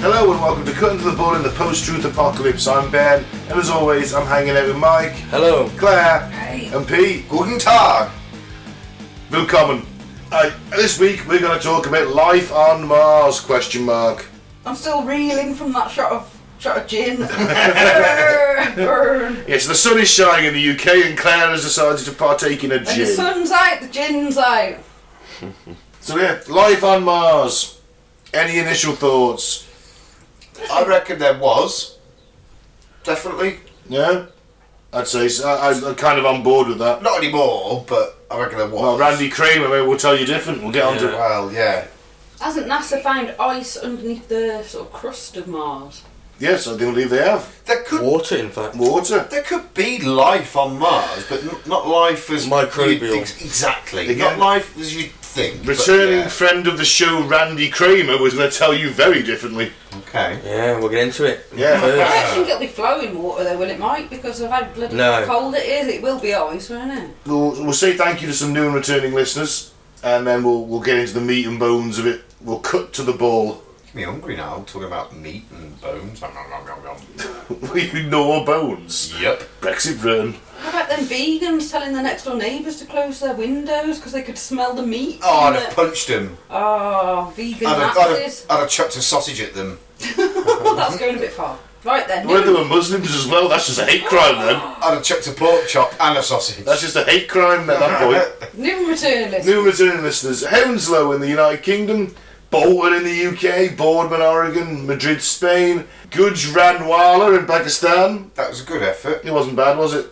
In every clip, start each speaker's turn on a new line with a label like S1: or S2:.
S1: Hello and welcome to Cutting to the Bull in the Post-Truth Apocalypse. I'm Ben, and as always, I'm hanging out with Mike,
S2: Hello.
S1: Claire, and Pete. Guten Tag. Willkommen. Uh, this week we're going to talk about life on Mars? Question mark.
S3: I'm still reeling from that shot of shot of gin. Burn.
S1: Yes, the sun is shining in the UK, and Claire has decided to partake in a
S3: And the
S1: gin.
S3: sun's out, the gin's out.
S1: So yeah, life on Mars. Any initial thoughts?
S4: I reckon there was. Definitely.
S1: Yeah, I'd say so. I, I- I'm kind of on board with that.
S4: Not anymore, but I reckon there was.
S1: Well, Randy Kramer maybe will tell you different. We'll get on to.
S4: Well, yeah.
S3: Hasn't NASA found ice underneath the sort of crust of Mars?
S1: Yes, I do believe they have
S4: There could
S2: Water, in fact.
S1: water.
S4: there could be life on Mars, but n- not life as
S2: Microbial.
S4: you'd ex- exactly.
S1: Again.
S4: Not life as you'd think. but
S1: Returning
S4: yeah.
S1: friend of the show, Randy Kramer, was going to tell you very differently.
S4: Okay.
S2: Yeah, we'll get into it.
S1: Yeah.
S2: First.
S3: I don't think it'll be flowing water though, will it, Mike? Because of how bloody
S2: No.
S3: cold it is, it will be ice, won't it?
S1: We'll, we'll say thank you to some new and returning listeners, and then we'll we'll get into the meat and bones of it. We'll cut to the ball.
S4: Me hungry now. Talking about meat and bones. Nom, nom, nom, nom, nom.
S1: We ignore bones.
S4: yep.
S1: Brexit run.
S3: What about them vegans telling their next door neighbours to close their windows because they could smell the meat?
S4: Oh, I'd
S3: in
S4: have
S3: it?
S4: punched him.
S3: oh vegan
S4: I'd have, I'd, have,
S3: Nazis.
S4: I'd have chucked a sausage at them.
S3: Oh, That's going a bit far. Right then.
S1: Whether they were Muslims as well, that's just a hate crime then.
S4: I'd have chucked a pork chop and a sausage.
S1: That's just a hate crime at that point.
S3: New return list.
S1: New and returning listeners Hounslow in the United Kingdom, Bolton in the UK, Boardman, Oregon, Madrid, Spain, Guj Ranwala in Pakistan,
S4: that was a good effort.
S1: It wasn't bad, was it?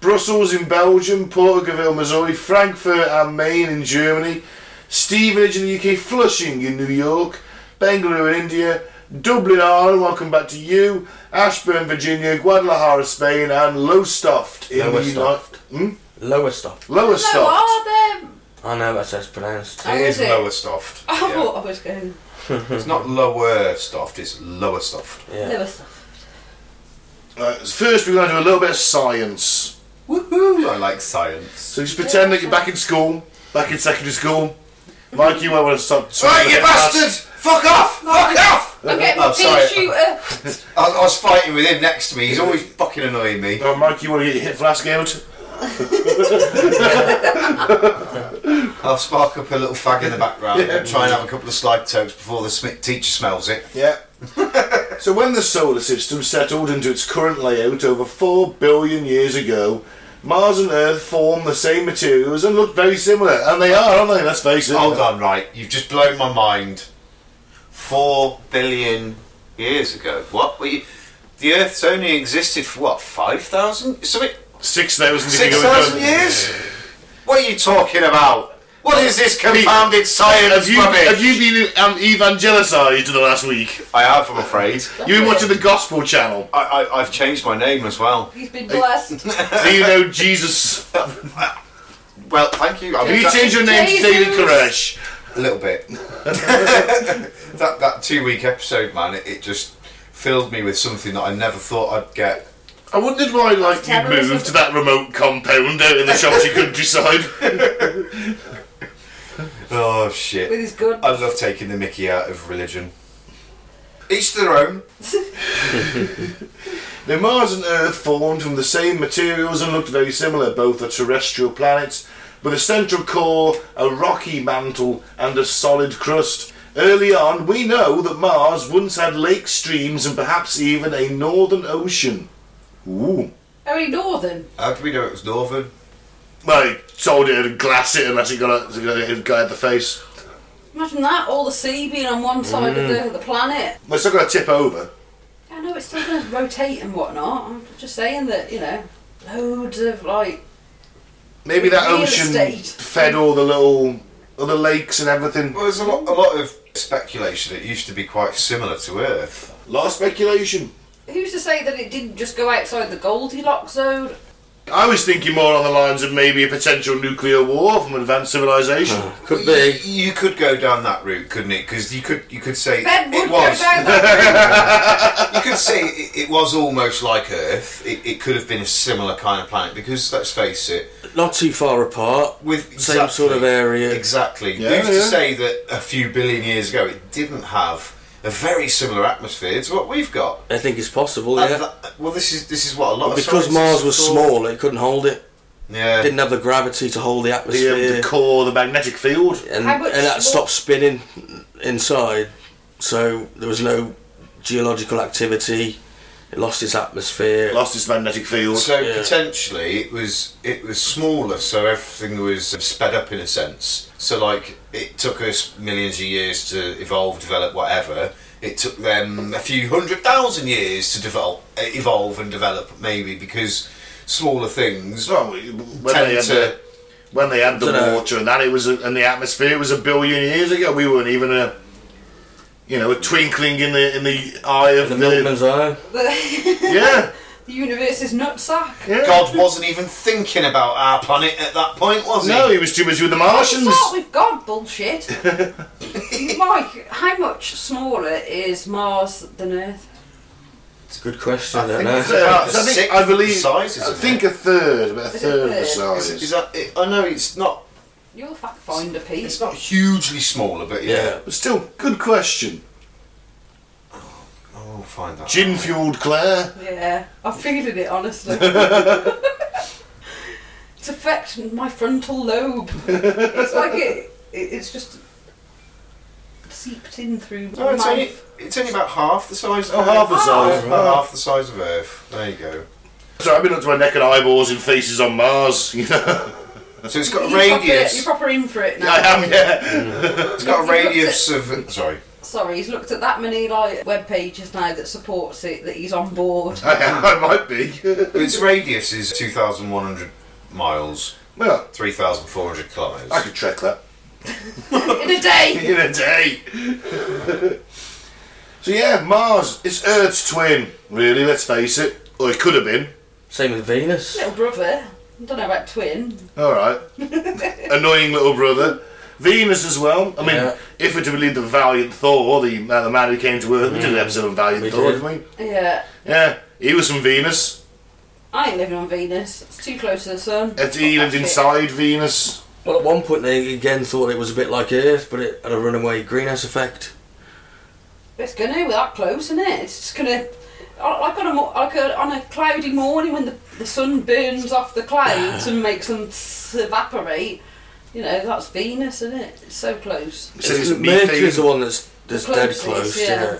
S1: Brussels in Belgium, Porterville, Missouri, Frankfurt am Main in Germany, Stevenage in the UK, Flushing in New York, Bengaluru in India, Dublin, Ireland, welcome back to you, Ashburn, Virginia, Guadalajara, Spain, and Lowestoft in the
S2: Lowestoft.
S1: United... Hmm?
S2: Lower stuff.
S1: Lowestoft.
S3: No, are there?
S2: I know that's how it's pronounced.
S3: Oh,
S4: It is
S3: is it? Oh,
S4: lower stuffed.
S3: I
S4: Yeah.
S3: thought I was going
S4: It's not lower stuffed, it's lower stuffed.
S2: Yeah.
S3: liver stuff.
S1: Right, first we're going to do a little bit of science.
S4: Woohoo! I like science.
S1: So just pretend that you're back in school, back in secondary school. Mike, you might want to stop...
S4: Right, you bastard! Fuck off! Fuck off!
S3: I'm getting my
S4: Oh, sorry.
S3: pea shooter.
S4: I, I was fighting with him next to me, he's always fucking annoying me.
S1: Oh, Mike, you want to get your hip flask out?
S4: I'll spark up a little fag in the background and try and have a couple of slide tokes before the sm- teacher smells it.
S1: Yeah. so when the solar system settled into its current layout over 4 billion years ago, Mars and Earth form the same materials and look very similar, and they are, aren't they? Let's face it.
S4: Hold on, right, you've just blown my mind. Four billion years ago. What? Were you, the Earth's only existed for what, 5,000? Something?
S1: 6,000 if you
S4: Six
S1: go into-
S4: thousand years? What are you talking about? What is this confounded science
S1: Have you,
S4: rubbish?
S1: have you been um, evangelicized in the last week?
S4: I have, I'm afraid.
S1: You've been watching the Gospel Channel.
S4: I, I, I've changed my name as well.
S3: He's been blessed.
S1: Do you know Jesus?
S4: Well, thank you. I
S1: Have
S4: mean,
S1: you
S4: that-
S1: changed your name to
S3: Jesus.
S1: David Koresh?
S4: a little bit? that that two week episode, man, it, it just filled me with something that I never thought I'd get.
S1: I wondered why, like, you
S3: Terrorism.
S1: moved to that remote compound out in the Shropshire countryside.
S4: Oh
S3: With
S4: shit!
S3: his good.
S4: I love taking the Mickey out of religion. Each to their own.
S1: Now, Mars and Earth formed from the same materials and looked very similar. Both are terrestrial planets, with a central core, a rocky mantle, and a solid crust. Early on, we know that Mars once had lakes, streams, and perhaps even a northern ocean. Ooh.
S3: Very northern.
S4: How do we know it was Northern?
S1: Well, he told it and glass it unless it got a, it got a hit guy in the face.
S3: Imagine that, all the sea being on one side
S4: Mm.
S3: of the, the planet.
S1: Well, it's not going to tip over.
S3: I know it's still going to rotate and whatnot. I'm just saying that, you know, loads of like.
S1: Maybe that
S3: Real
S1: ocean
S3: estate.
S1: fed all the little other lakes and everything.
S4: Well, there's a lot, a lot of speculation. It used to be quite similar to Earth.
S1: A lot of speculation.
S3: Who's to say that it didn't just go outside the Goldilocks zone?
S1: I was thinking more on the lines of maybe a potential nuclear war from advanced civilization.
S2: Could
S4: You,
S2: be.
S4: you could go down that route, couldn't it? Because you could, you could say
S3: Ben would
S4: it
S3: go
S4: was.
S3: down that
S4: you could say it, it was almost like Earth. It, it could have been a similar kind of planet because let's face it,
S2: Not too far apart.
S4: with
S2: Same sort of area.
S4: exactly.
S1: Yeah,
S4: Who's to
S1: yeah.
S4: say that a few billion years ago it didn't have a a very similar atmosphere to what we've got.
S2: I think it's possible,
S4: And
S2: yeah.
S4: that- well, this is this is what a lot
S2: But
S4: of
S2: because
S4: scientists
S2: Mars
S4: have
S2: was
S4: thought.
S2: small, it couldn't hold it.
S4: Yeah,
S2: Didn't have the gravity to hold the
S1: The, um,
S2: atmosphere,
S1: the core, the magnetic field.
S2: and,
S3: How much
S2: and that
S3: more-
S2: stopped spinning inside. So there was no geological activity. It lost its atmosphere.
S1: Lost its magnetic field.
S4: So
S2: Yeah.
S4: potentially it was it was smaller, so everything was sped up in a sense. So like it took us millions of years to evolve, develop, whatever. It took them a few hundred thousand years to develop, evolve and develop, maybe because smaller things
S1: Well, when they
S4: tend
S1: had
S4: to.
S1: the, when they had the
S2: Dunno.
S1: water and that, it was a, and the atmosphere it was a billion years ago. We weren't even a, you know, a twinkling in the in the eye of
S2: The
S1: the,
S2: Milkman's Eye.
S3: The,
S1: yeah,
S3: the universe is nutsack.
S1: yeah.
S4: God wasn't even thinking about our planet at that point, was he?
S1: no, he was too busy with the
S3: It's
S1: Martians.
S3: not with God bullshit. Mike, how much smaller is Mars than Earth?
S2: It's a good question. I,
S4: I
S2: don't
S4: think
S2: know.
S4: it's
S1: Yeah,
S4: about
S1: 'cause uh, I think
S4: sixth
S1: I
S4: of the
S1: believe
S4: size,
S1: I
S4: isn't
S1: think
S4: it?
S1: a third, about a
S3: Is it
S1: third of the
S3: third?
S1: size.
S4: Is that? It, I know it's not.
S3: You're a fact finder, Pete.
S4: It's not hugely smaller, but yeah.
S2: yeah.
S1: But still, good question.
S4: Oh, we'll find that.
S1: Gin fueled Claire.
S3: Yeah, I'm feeling it honestly. it's affecting my frontal lobe. It's like it, it it's just seeped in through
S4: No, Oh, it's
S3: my.
S4: only, it's only about half the size. Of
S1: Oh,
S4: Earth.
S1: half the size.
S4: Yeah, about
S1: Oh.
S4: half the size of Earth. There you go.
S1: So I've been up to my neck and eyeballs in faces on Mars. You know,
S4: So it's got a
S3: You're proper-
S4: radius.
S3: you're proper in for it now.
S1: I am. Yeah.
S4: It's got a
S3: You've looked
S4: radius of. Sorry.
S3: Sorry, he's looked at that many like web pages now that supports it that he's on board.
S1: I, am, I might be.
S4: Its radius is two thousand one hundred miles,
S1: well,
S4: three thousand four hundred
S1: I
S4: kilometers.
S1: could trek that.
S3: in a day.
S1: in a day. so yeah, Mars. It's Earth's twin, really. Let's face it. Or it could have been.
S2: Same with Venus.
S3: Little brother. I don't know about twin.
S1: All right. Annoying little brother. Venus as well. I mean,
S2: Yeah.
S1: if we're to believe the Valiant Thor, the uh, the man who came to Earth, we did an episode on Valiant
S2: Mm. We
S1: Thor, did.
S2: did.
S1: not we?
S3: Yeah.
S1: Yeah, he was from Venus.
S3: I ain't living on Venus. It's too close to the sun.
S1: And He
S3: Fuck
S1: lived
S3: that shit.
S1: inside Venus.
S2: Well, at one point they again thought it was a bit like Earth, but it had a runaway greenhouse effect.
S3: It's gonna with that close, isn't it? It's just gonna like on a mo- like a, on a cloudy morning when the, the sun burns off the clouds and makes them s- evaporate. You know that's Venus, isn't it? It's so close.
S1: He said it's
S2: Mercury's the
S1: methane.
S2: one that's, that's dead
S3: Closest,
S2: close.
S3: yeah.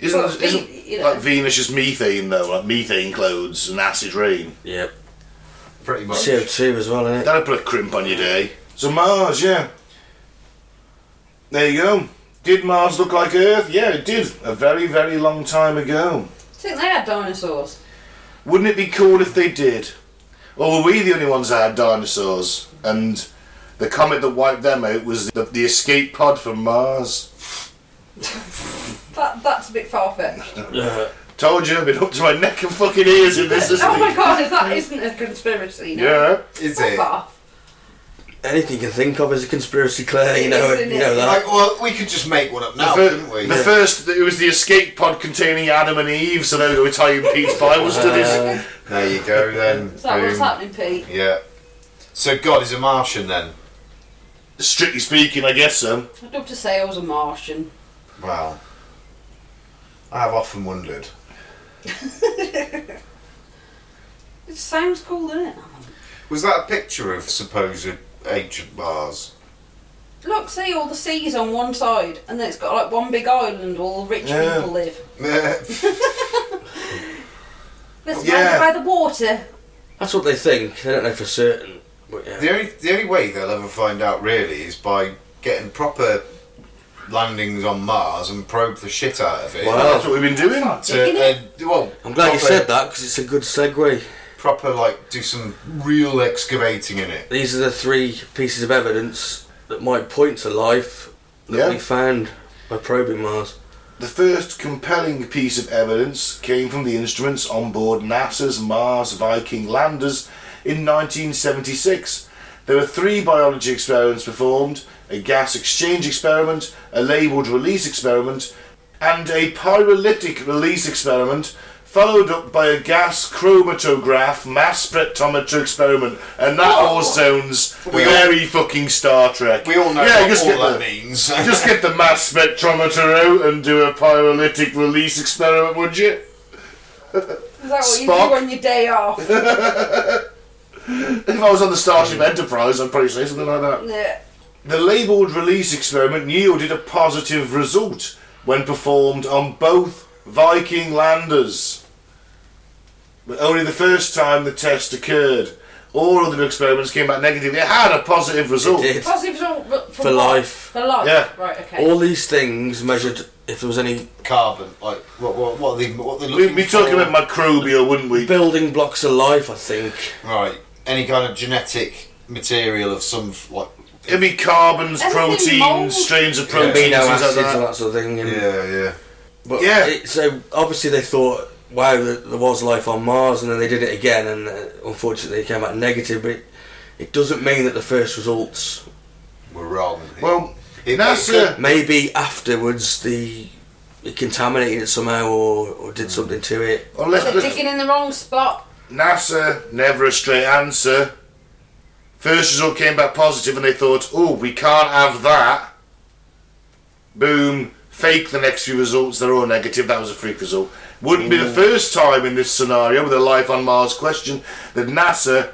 S2: Yeah.
S3: Well,
S1: Isn't, isn't
S3: Ve- you know.
S1: like Venus just methane though? Like methane clouds and acid rain.
S2: Yep.
S4: Pretty much.
S2: CO two as well, isn't it?
S1: That'll put a crimp on your day. So Mars, yeah. There you go. Did Mars look like Earth? Yeah, it did. A very, very long time ago.
S3: I think they had dinosaurs.
S1: Wouldn't it be cool if they did? Or were we the only ones that had dinosaurs? And the comet that wiped them out was the, the escape pod from Mars.
S3: That that's a bit far fetched.
S2: Yeah.
S1: Told you, I've been up to my neck and fucking ears in this this
S3: oh my
S1: week.
S3: god, if that isn't a conspiracy, no.
S1: Yeah.
S4: Is
S3: Fuck
S4: it?
S3: off.
S2: Anything you can think of is a conspiracy, Claire. You know.
S3: It is,
S2: You know
S3: isn't it?
S2: that.
S4: Like, well, we could just make one up now,
S1: the, fir-
S4: couldn't we?
S1: the first, it was the escape pod containing Adam and Eve, so there we go, Italian Pete's Bible studies.
S2: Uh,
S4: There you go then.
S3: Is that what's
S4: Boom.
S3: happening, Pete?
S4: Yeah. So God is a Martian then.
S1: Strictly speaking, I guess so.
S3: I'd love to say I was a Martian.
S4: Wow. I have often wondered.
S3: It sounds cool, doesn't it?
S4: Was that a picture of supposed ancient Mars?
S3: Look, see all the seas on one side, and then it's got like one big island where all the rich
S1: Yeah.
S3: people live.
S4: yeah,
S3: That's
S1: Yeah.
S3: yeah. by the water.
S2: that's what they think. They don't know for certain. But yeah.
S4: The only the only way they'll ever find out really is by getting proper landings on Mars and probe the shit out of it.
S2: Wow.
S1: That's what we've been doing.
S4: To, uh, well,
S2: I'm glad you
S4: proper-
S2: said that because it's a good segue.
S4: Proper like do some real excavating in it.
S2: These are the three pieces of evidence that might point to life that
S1: Yeah.
S2: we found by probing Mars.
S1: The first compelling piece of evidence came from the instruments on board NASA's Mars Viking landers in 1976. There were three biology experiments performed a gas exchange experiment, a labeled release experiment, and a pyrolytic release experiment followed up by a gas chromatograph mass spectrometer experiment, and that all sounds
S4: We all-
S1: very fucking Star Trek.
S4: We all know
S1: yeah,
S4: what
S1: just get
S4: all
S1: the-
S4: that means.
S1: Just get the mass spectrometer out and do a pyrolytic release experiment, would you?
S3: Is that what
S1: Spock?
S3: you do on your day off?
S1: If I was on the Starship Enterprise, I'd probably say something like that.
S3: yeah.
S1: The labelled release experiment yielded a positive result when performed on both Viking landers. But only the first time the test occurred. All other experiments came back negative. It had a positive result.
S2: It did.
S3: Positive result but from
S2: For
S3: what?
S2: life.
S3: For life.
S1: Yeah.
S3: Right. Okay.
S2: All these things measured if there was any
S4: Carbon, like what? What, what are they? What are they
S1: We'd
S4: looking
S1: be talking
S4: for?
S1: about microbial, wouldn't we?
S2: building blocks of life. I think
S4: right. Any kind of genetic material of some f- like.
S1: It'd be carbons,
S3: Anything
S1: proteins,
S3: mold-
S1: strains of
S4: Yeah.
S1: proteins,
S2: amino
S1: things
S2: acids
S1: like that.
S2: and that sort of thing. and-
S4: yeah.
S2: But
S1: Yeah.
S2: It, so obviously they thought, wow, there, there was life on Mars, and then they did it again, and uh, unfortunately it came out negative. But it, it doesn't mean that the first results.
S4: We're wrong.
S1: Well,
S4: It-
S1: NASA.
S2: Maybe afterwards the it contaminated it somehow or, or
S4: Mm.
S2: did something to it.
S1: Well, let's-
S3: They're
S1: let's-
S3: digging in the wrong spot.
S1: NASA, never a straight answer. First result came back positive, and they thought, oh, we can't have that. Boom, fake the next few results, they're all negative. That was a freak result. Wouldn't be the first time in this scenario with a life on Mars question that NASA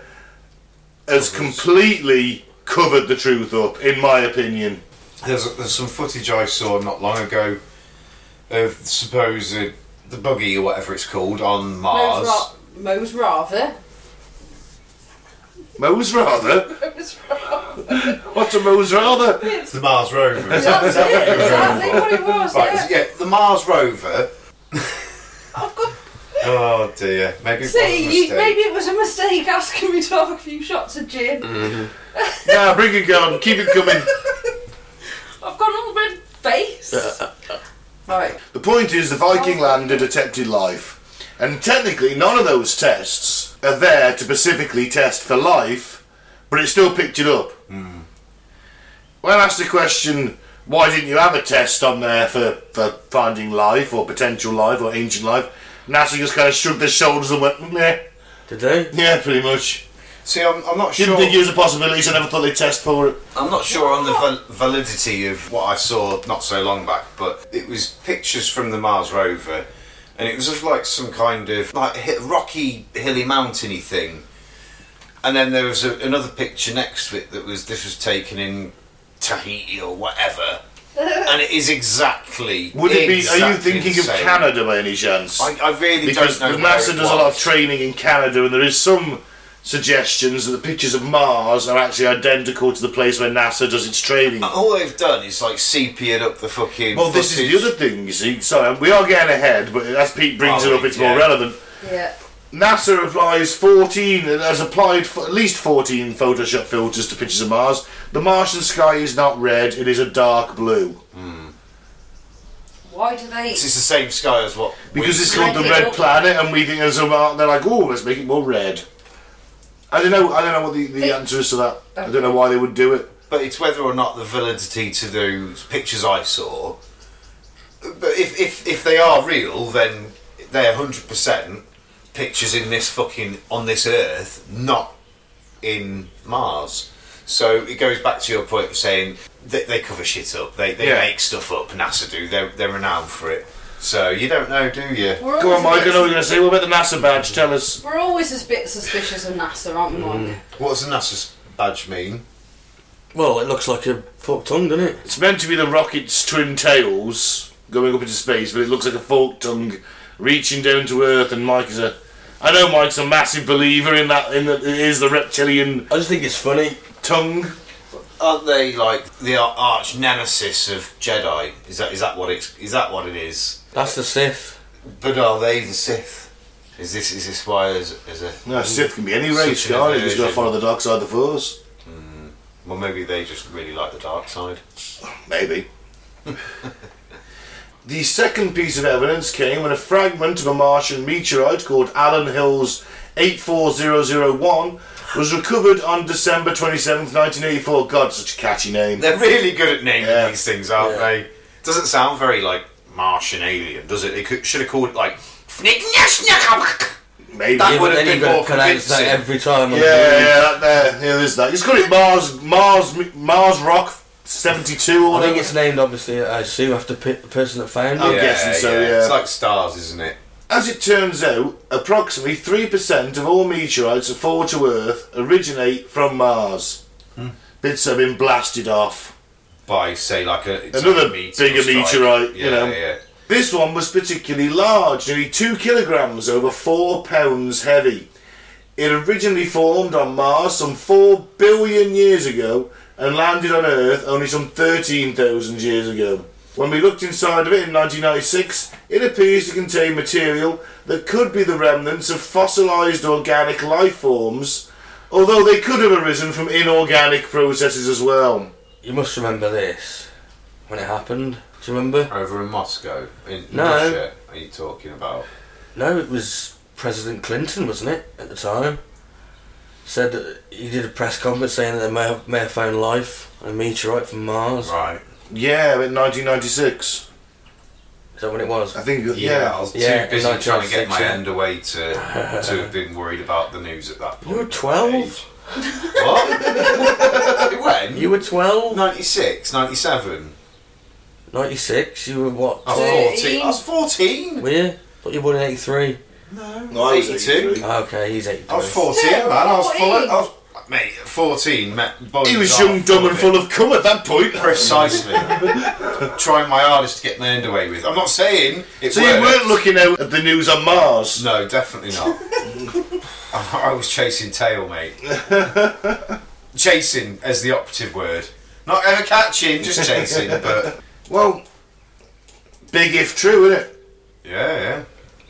S1: has completely covered the truth up, in my opinion.
S4: There's, there's some footage I saw not long ago of supposed the buggy or whatever it's called on
S3: Mo's,
S4: Mars.
S3: ra- Mo's rather.
S1: Mose rather?
S3: Mo's rather.
S1: What's a Mose rather?
S4: It's the Mars rover. is that-
S3: That's it. That's it, what it was.
S4: right,
S3: Yeah.
S4: yeah, the Mars rover.
S3: I've got
S4: Oh dear. Maybe it was a
S3: See, you,
S4: mistake.
S3: maybe it was a mistake asking me to have a few shots of gin.
S2: Mm.
S1: Nah, bring it on, keep it coming.
S3: I've got an all red face.
S2: Uh,
S3: right.
S1: The point is, the Viking lander detected life. And technically, none of those tests are there to specifically test for life, but it still picked it up.
S4: Hmm.
S1: When asked the question, why didn't you have a test on there for, for finding life or potential life or ancient life? NASA just kind of shrugged their shoulders and went, "Mm, yeah,
S2: Did they?
S1: yeah, pretty much.
S4: See, I'm, I'm not
S1: Didn't
S4: sure.
S1: think it was a possibility, so I never thought they'd test for it.
S4: I'm not sure on the val- validity of what I saw not so long back, but it was pictures from the Mars rover, and it was of like some kind of like hi- rocky, hilly, mountainy thing. And then there was a, another picture next to it that was this was taken in Tahiti or whatever, and it is exactly.
S1: Would it be? Are you
S4: exactly
S1: thinking
S4: the
S1: of
S4: same.
S1: Canada by any chance?
S4: I, I really
S1: because
S4: don't know. where
S1: NASA
S4: it
S1: does a lot of
S4: was.
S1: training in Canada, and there is some suggestions that the pictures of Mars are actually identical to the place where NASA does its training.
S4: All they've done is like sepia'd up the fucking.
S1: well, Uh, oh, this is
S4: footage.
S1: the other thing, you see. Sorry, we are getting ahead, but as Pete brings
S4: Are
S1: it up,
S4: we?
S1: it's
S4: Yeah.
S1: more relevant.
S3: Yeah.
S1: NASA applies 14, has applied f- at least 14 Photoshop filters to pictures of Mars. The Martian sky is not red, it is a dark blue.
S3: Why do they?
S4: It's the same sky as what.
S1: Because
S4: we
S1: it's
S4: see.
S1: called the
S3: Like
S1: Red
S3: little-
S1: Planet, and we think there's a mar- they're like, oh, let's make it more red. I don't know. I don't know what the, the
S3: They-
S1: answer is to that. I don't know why they would do it.
S4: But it's whether or not the validity to those pictures I saw. But if if, if they are real, then they're hundred percent pictures in this fucking on this Earth, not in Mars. So it goes back to your point of saying they, they cover shit up. They they
S1: Yeah.
S4: make stuff up. NASA do. They're they're renowned for it. So you don't know, do you?
S3: We're
S1: Go on,
S3: always a
S1: Mike. I
S3: bit-
S1: know what you're going to say. What about the NASA badge? Tell us.
S3: We're always a bit suspicious of NASA, aren't we, Mike?
S4: What does the NASA's badge mean?
S2: Well, it looks like a forked tongue, doesn't it?
S1: It's meant to be the rocket's twin tails going up into space, but it looks like a forked tongue reaching down to Earth. And Mike is a. I know Mike's a massive believer in that. In that it is the reptilian
S2: I just think it's funny.
S1: tongue.
S4: Aren't they like the ar- arch nemesis of Jedi? Is that is that what it's is that what it is?
S2: That's the Sith.
S4: But are they the Sith? Is this is this why as as a
S1: No, Sith can be any
S4: Such
S1: race,
S4: an
S1: can't it? Just got to
S4: aversion.
S1: follow the dark side of the Force.
S4: well maybe they just really like the dark side.
S1: Maybe. the second piece of evidence came when a fragment of a Martian meteorite called Allen Hills 84001 was recovered on December 27th, 1984. God, such a catchy name.
S4: They're really good at naming
S1: Yeah.
S4: these things, aren't
S2: Yeah.
S4: they? Doesn't sound very like Martian alien, does it? They could, should have called it like
S1: Maybe.
S4: That
S1: yeah,
S4: would
S2: but
S4: have
S2: then
S4: been
S2: you've got
S4: more
S2: to pronounce that
S4: convincing.
S2: every time.
S1: yeah, yeah, that there. Yeah, there's that. It's got it Mars, Mars, Mars Rock 72 or
S2: I
S1: whatever.
S2: think it's named obviously, I assume, after pe- the person that found
S4: Oh,
S1: I'm
S2: it.
S1: guessing so, yeah.
S4: It's like stars, isn't it?
S1: As it turns out, approximately 3% of all meteorites that fall to Earth originate from Mars. Bits have been blasted off.
S4: By say like a it's
S1: Another
S4: like a meteor
S1: bigger
S4: strike.
S1: meteorite,
S4: Yeah,
S1: you know.
S4: yeah.
S1: This one was particularly large, nearly 2 kilograms, over 4 pounds heavy. It originally formed on Mars some 4 billion years ago and landed on Earth only some 13,000 years ago. When we looked inside of it in 1996, it appears to contain material that could be the remnants of fossilised organic life forms, although they could have arisen from inorganic processes as well.
S2: You must remember this when it happened. Do you remember?
S4: Over in Moscow, in
S2: No.
S4: Russia, are you talking about?
S2: No, it was President Clinton, wasn't it, at the time? Said that he did a press conference saying that they may have, may have found life, a meteorite from Mars.
S4: Right.
S1: Yeah, in 1996.
S2: Is that when it was?
S1: I think,
S4: Yeah, I was
S2: Yeah,
S4: too busy
S2: in
S4: trying to get
S2: 1996,
S4: my
S2: yeah.
S4: hand away to to have been worried about the news at that point.
S2: You were 12?
S4: What? when?
S2: You were 12?
S4: 96, 97.
S2: 96? You were what?
S4: I was 14. I was 14.
S2: Were you? Thought you were born in 83.
S1: No, I was 83.
S4: 82.
S2: Ah, okay, he's 83.
S4: I was 14,
S3: Still
S4: man. I was full of.
S3: 14.
S4: I was, mate, 14. Met boys
S1: He was
S4: are
S1: young, dumb, and
S4: it.
S1: full of cum at that point.
S4: Precisely. Trying my hardest to get my hand away with. I'm not saying it
S1: So you
S4: worked.
S1: weren't looking out at the news on Mars.
S4: No, definitely not. I I was chasing tail, mate. chasing as the operative word. Not ever catching, just chasing. But
S1: Well, big if true, isn't it?
S4: yeah,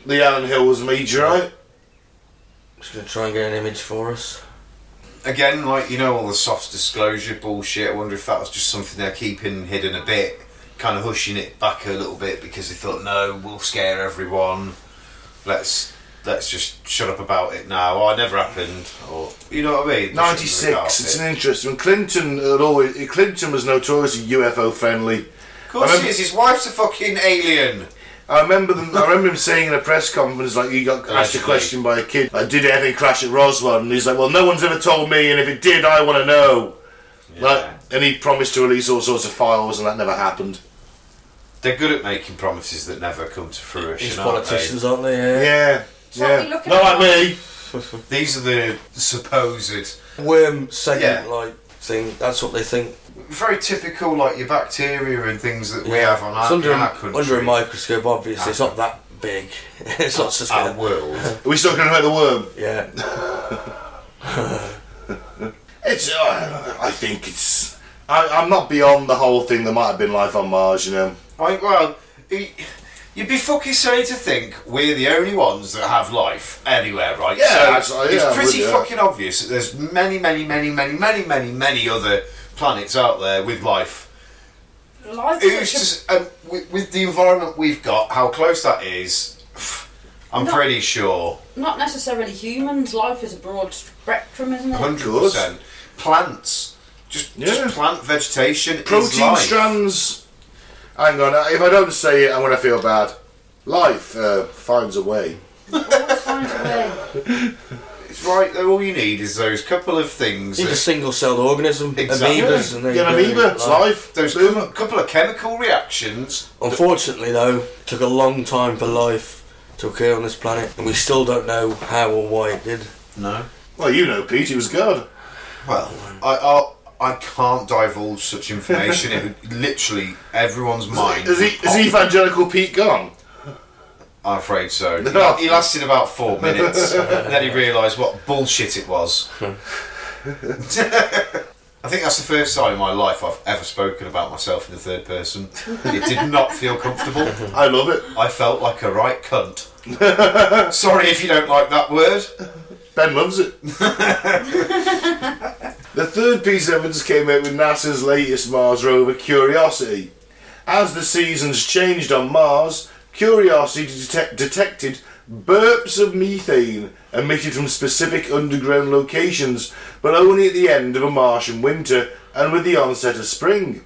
S1: The Allen Hills meteorite.
S2: Just gonna try and get an image for us.
S4: yeah. Again, like you know, all the soft disclosure bullshit. I wonder if that was just something they're keeping hidden a bit, kind of hushing it back a little bit because they thought, no, we'll scare everyone. Let's let's just shut up about it now. Oh, it never happened, or you know what I mean.
S1: Ninety
S4: They shouldn't have
S1: six. It's
S4: darked
S1: an interesting. Clinton had always. Clinton was notoriously UFO friendly.
S4: it. Of course,
S1: I
S4: it
S1: remember-
S4: is. His wife's a fucking alien.
S1: I remember them. I remember him saying in a press conference, like he got asked a
S4: Allegedly.
S1: question by a kid, like, "Did anything crash at Roswell?" And he's like, "Well, no one's ever told me, and if it did, I want to know." Like,
S4: Yeah.
S1: and he promised to release all sorts of files, and that never happened.
S4: They're good at making promises that never come to fruition.
S2: These
S4: aren't
S2: politicians, aren't they? Yeah.
S1: Yeah,
S3: what
S1: yeah.
S3: we looking
S1: Not
S3: at?
S1: like me.
S4: they? These are the supposed,
S2: Worm segment
S4: Yeah.
S2: like thing. That's what they think.
S4: very typical, like your bacteria and things that we
S2: Yeah.
S4: have on
S2: It's
S4: our,
S2: under,
S4: in our
S2: a,
S4: country.
S2: under a microscope, obviously. It's not that big. it's not so
S4: Our
S2: scary.
S4: world.
S1: Are we still going to make the worm?
S2: Yeah.
S1: It's. Uh, I think it's. I, I'm not beyond the whole thing. There might have been life on Mars, you know.
S4: Like, well, y- you'd be fucking silly to think we're the only ones that have life anywhere, right?
S1: Yeah,
S4: so
S1: that's- uh, yeah, I
S4: it's pretty
S1: would, yeah.
S4: fucking obvious that there's many, many, many, many, many, many, many other planets out there with life.
S3: Life
S4: It's
S3: such
S4: Mm. just um, with, with the environment we've got, how close that is. I'm
S3: No.
S4: pretty sure.
S3: a, not necessarily humans. Life is a broad spectrum, isn't it?
S4: hundred percent. Plants, just
S1: Yeah.
S4: just plant vegetation. is
S1: Protein
S4: life.
S1: strands. Hang on. uh, If I don't say it, I'm going to feel bad. Life uh, finds a way.
S3: Always finds a way.
S4: It's right. though, All you need is those couple of things.
S2: He's a
S4: That,
S2: single celled organism,
S4: Exactly.
S2: amoebas, and
S1: Get
S2: then
S1: an amoeba. It's life.
S4: those
S1: Boom.
S4: cou- couple of chemical reactions.
S2: Unfortunately, though, it took a long time for life to occur on this planet, and we still don't know how or why it did.
S4: No.
S1: Well, you know, Pete. He was God.
S4: Well, I I'll, I can't divulge such information. it would literally everyone's mind.
S1: Is he?
S4: would
S1: Is
S4: pop.
S1: evangelical Pete gone?
S4: I'm afraid so. He la- He lasted about four minutes, and then he realised what bullshit it was. I think that's the first time in my life I've ever spoken about myself in the third person. It did not feel comfortable.
S1: I love it.
S4: I felt like a right cunt. Sorry if you don't like that word.
S1: Ben loves it. the third piece of evidence came out with NASA's latest Mars rover, Curiosity. As the seasons changed on Mars, Curiosity detec detected burps of methane emitted from specific underground locations, but only at the end of a Martian winter and with the onset of spring.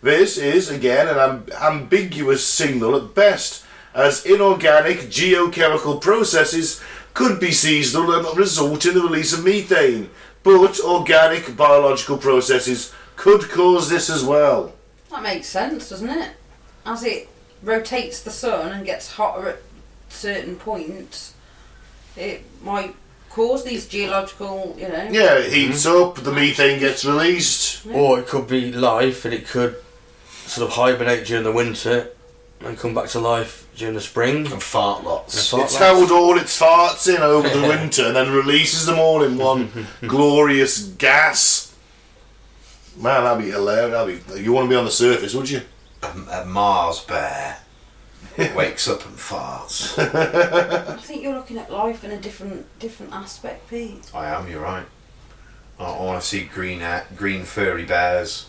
S1: This is, again, an am- ambiguous signal at best, as inorganic geochemical processes could be seasonal and result in the release of methane, but organic biological processes could cause this as well.
S3: That makes sense, doesn't it? As it rotates the sun and gets hotter at certain points, it might cause these geological, you know.
S1: Yeah, it heats up, the methane gets released.
S2: Or it could be life and it could sort of hibernate during the winter and come back to life during the spring.
S4: And fart lots.
S2: And fart-
S1: It's held all its farts in over the winter and then releases them all in one glorious gas. Man, that'd be hilarious. That'd be, you want to be on the surface, would you?
S4: A, a Mars bear wakes up and farts.
S3: I think you're looking at life in a different different aspect, Pete.
S4: I am, you're right. I, want to see green a- green furry bears.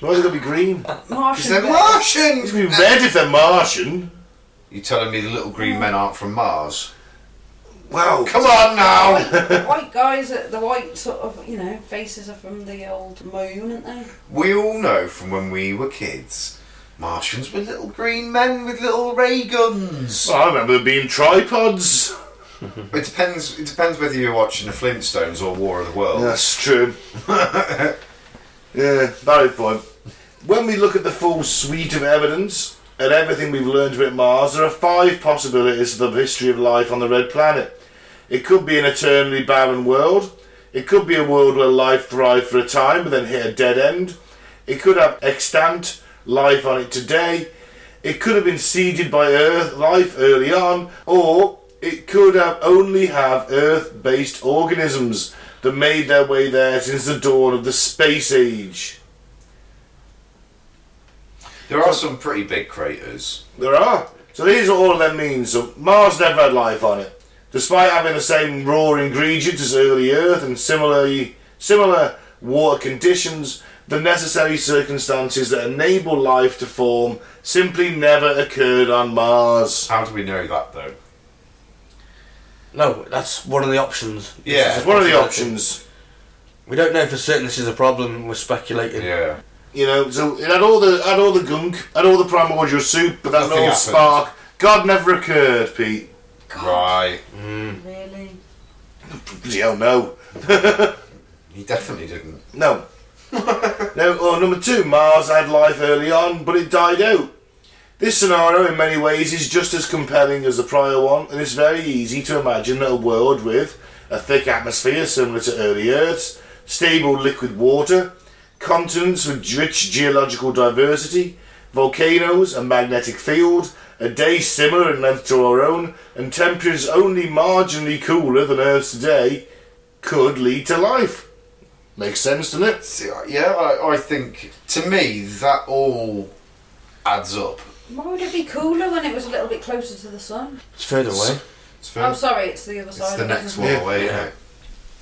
S1: Why's it got to be green?
S3: Martian.
S4: They're
S3: bear.
S1: It's
S4: Martians!
S1: going to be red if they're Martian.
S4: You're telling me the little green men aren't from Mars?
S1: Wow.
S4: Come on now!
S3: The white guys, are- the white sort of, you know, faces are from the old moon, aren't they?
S4: We all know from when we were kids, Martians were little green men with little ray guns.
S1: I remember there being tripods.
S4: It depends. It depends whether you're watching the Flintstones or War of the Worlds.
S1: That's true. yeah, valid point. When we look at the full suite of evidence and everything we've learned about Mars, there are five possibilities for the history of life on the red planet. It could be an eternally barren world. It could be a world where life thrived for a time but then hit a dead end. It could have extant life on it today. It could have been seeded by Earth life early on, or it could have only have Earth-based organisms that made their way there since the dawn of the space age.
S4: There are some pretty big craters.
S1: There are. So these are all of them means. So Mars never had life on it, despite having the same raw ingredients as early Earth and similarly similar water conditions. The necessary circumstances that enable life to form simply never occurred on Mars.
S4: How do we know that though?
S2: No, that's one of the options. This
S4: Yeah,
S2: is a
S1: It's one of the
S2: possibility.
S1: options.
S2: We don't know for certain this is a problem. We're speculating.
S4: Yeah.
S1: You know, so it had all the had all the gunk, had all the primordial soup, but that
S4: Nothing
S1: little
S4: happened.
S1: spark. God never occurred, Pete.
S3: God,
S4: Right.
S3: really?
S1: Bloody hell, no,
S4: He definitely didn't.
S1: no, no. Or number two, Mars had life early on, but it died out. This scenario, in many ways, is just as compelling as the prior one, and it's very easy to imagine that a world with a thick atmosphere similar to early Earth's, stable liquid water, continents with rich geological diversity, volcanoes, a magnetic field, a day similar in length to our own, and temperatures only marginally cooler than Earth's today, could lead to life. Makes sense, doesn't it?
S4: See, I- yeah, I, I think to me that all adds up.
S3: Why would it be cooler when it was a little bit closer to the sun?
S2: It's further away.
S4: It's,
S3: Oh, sorry, it's the other
S4: it's
S3: side.
S4: the
S3: of
S4: next
S3: it?
S4: one
S1: Yeah.
S4: away.
S2: Yeah.
S4: isn't it?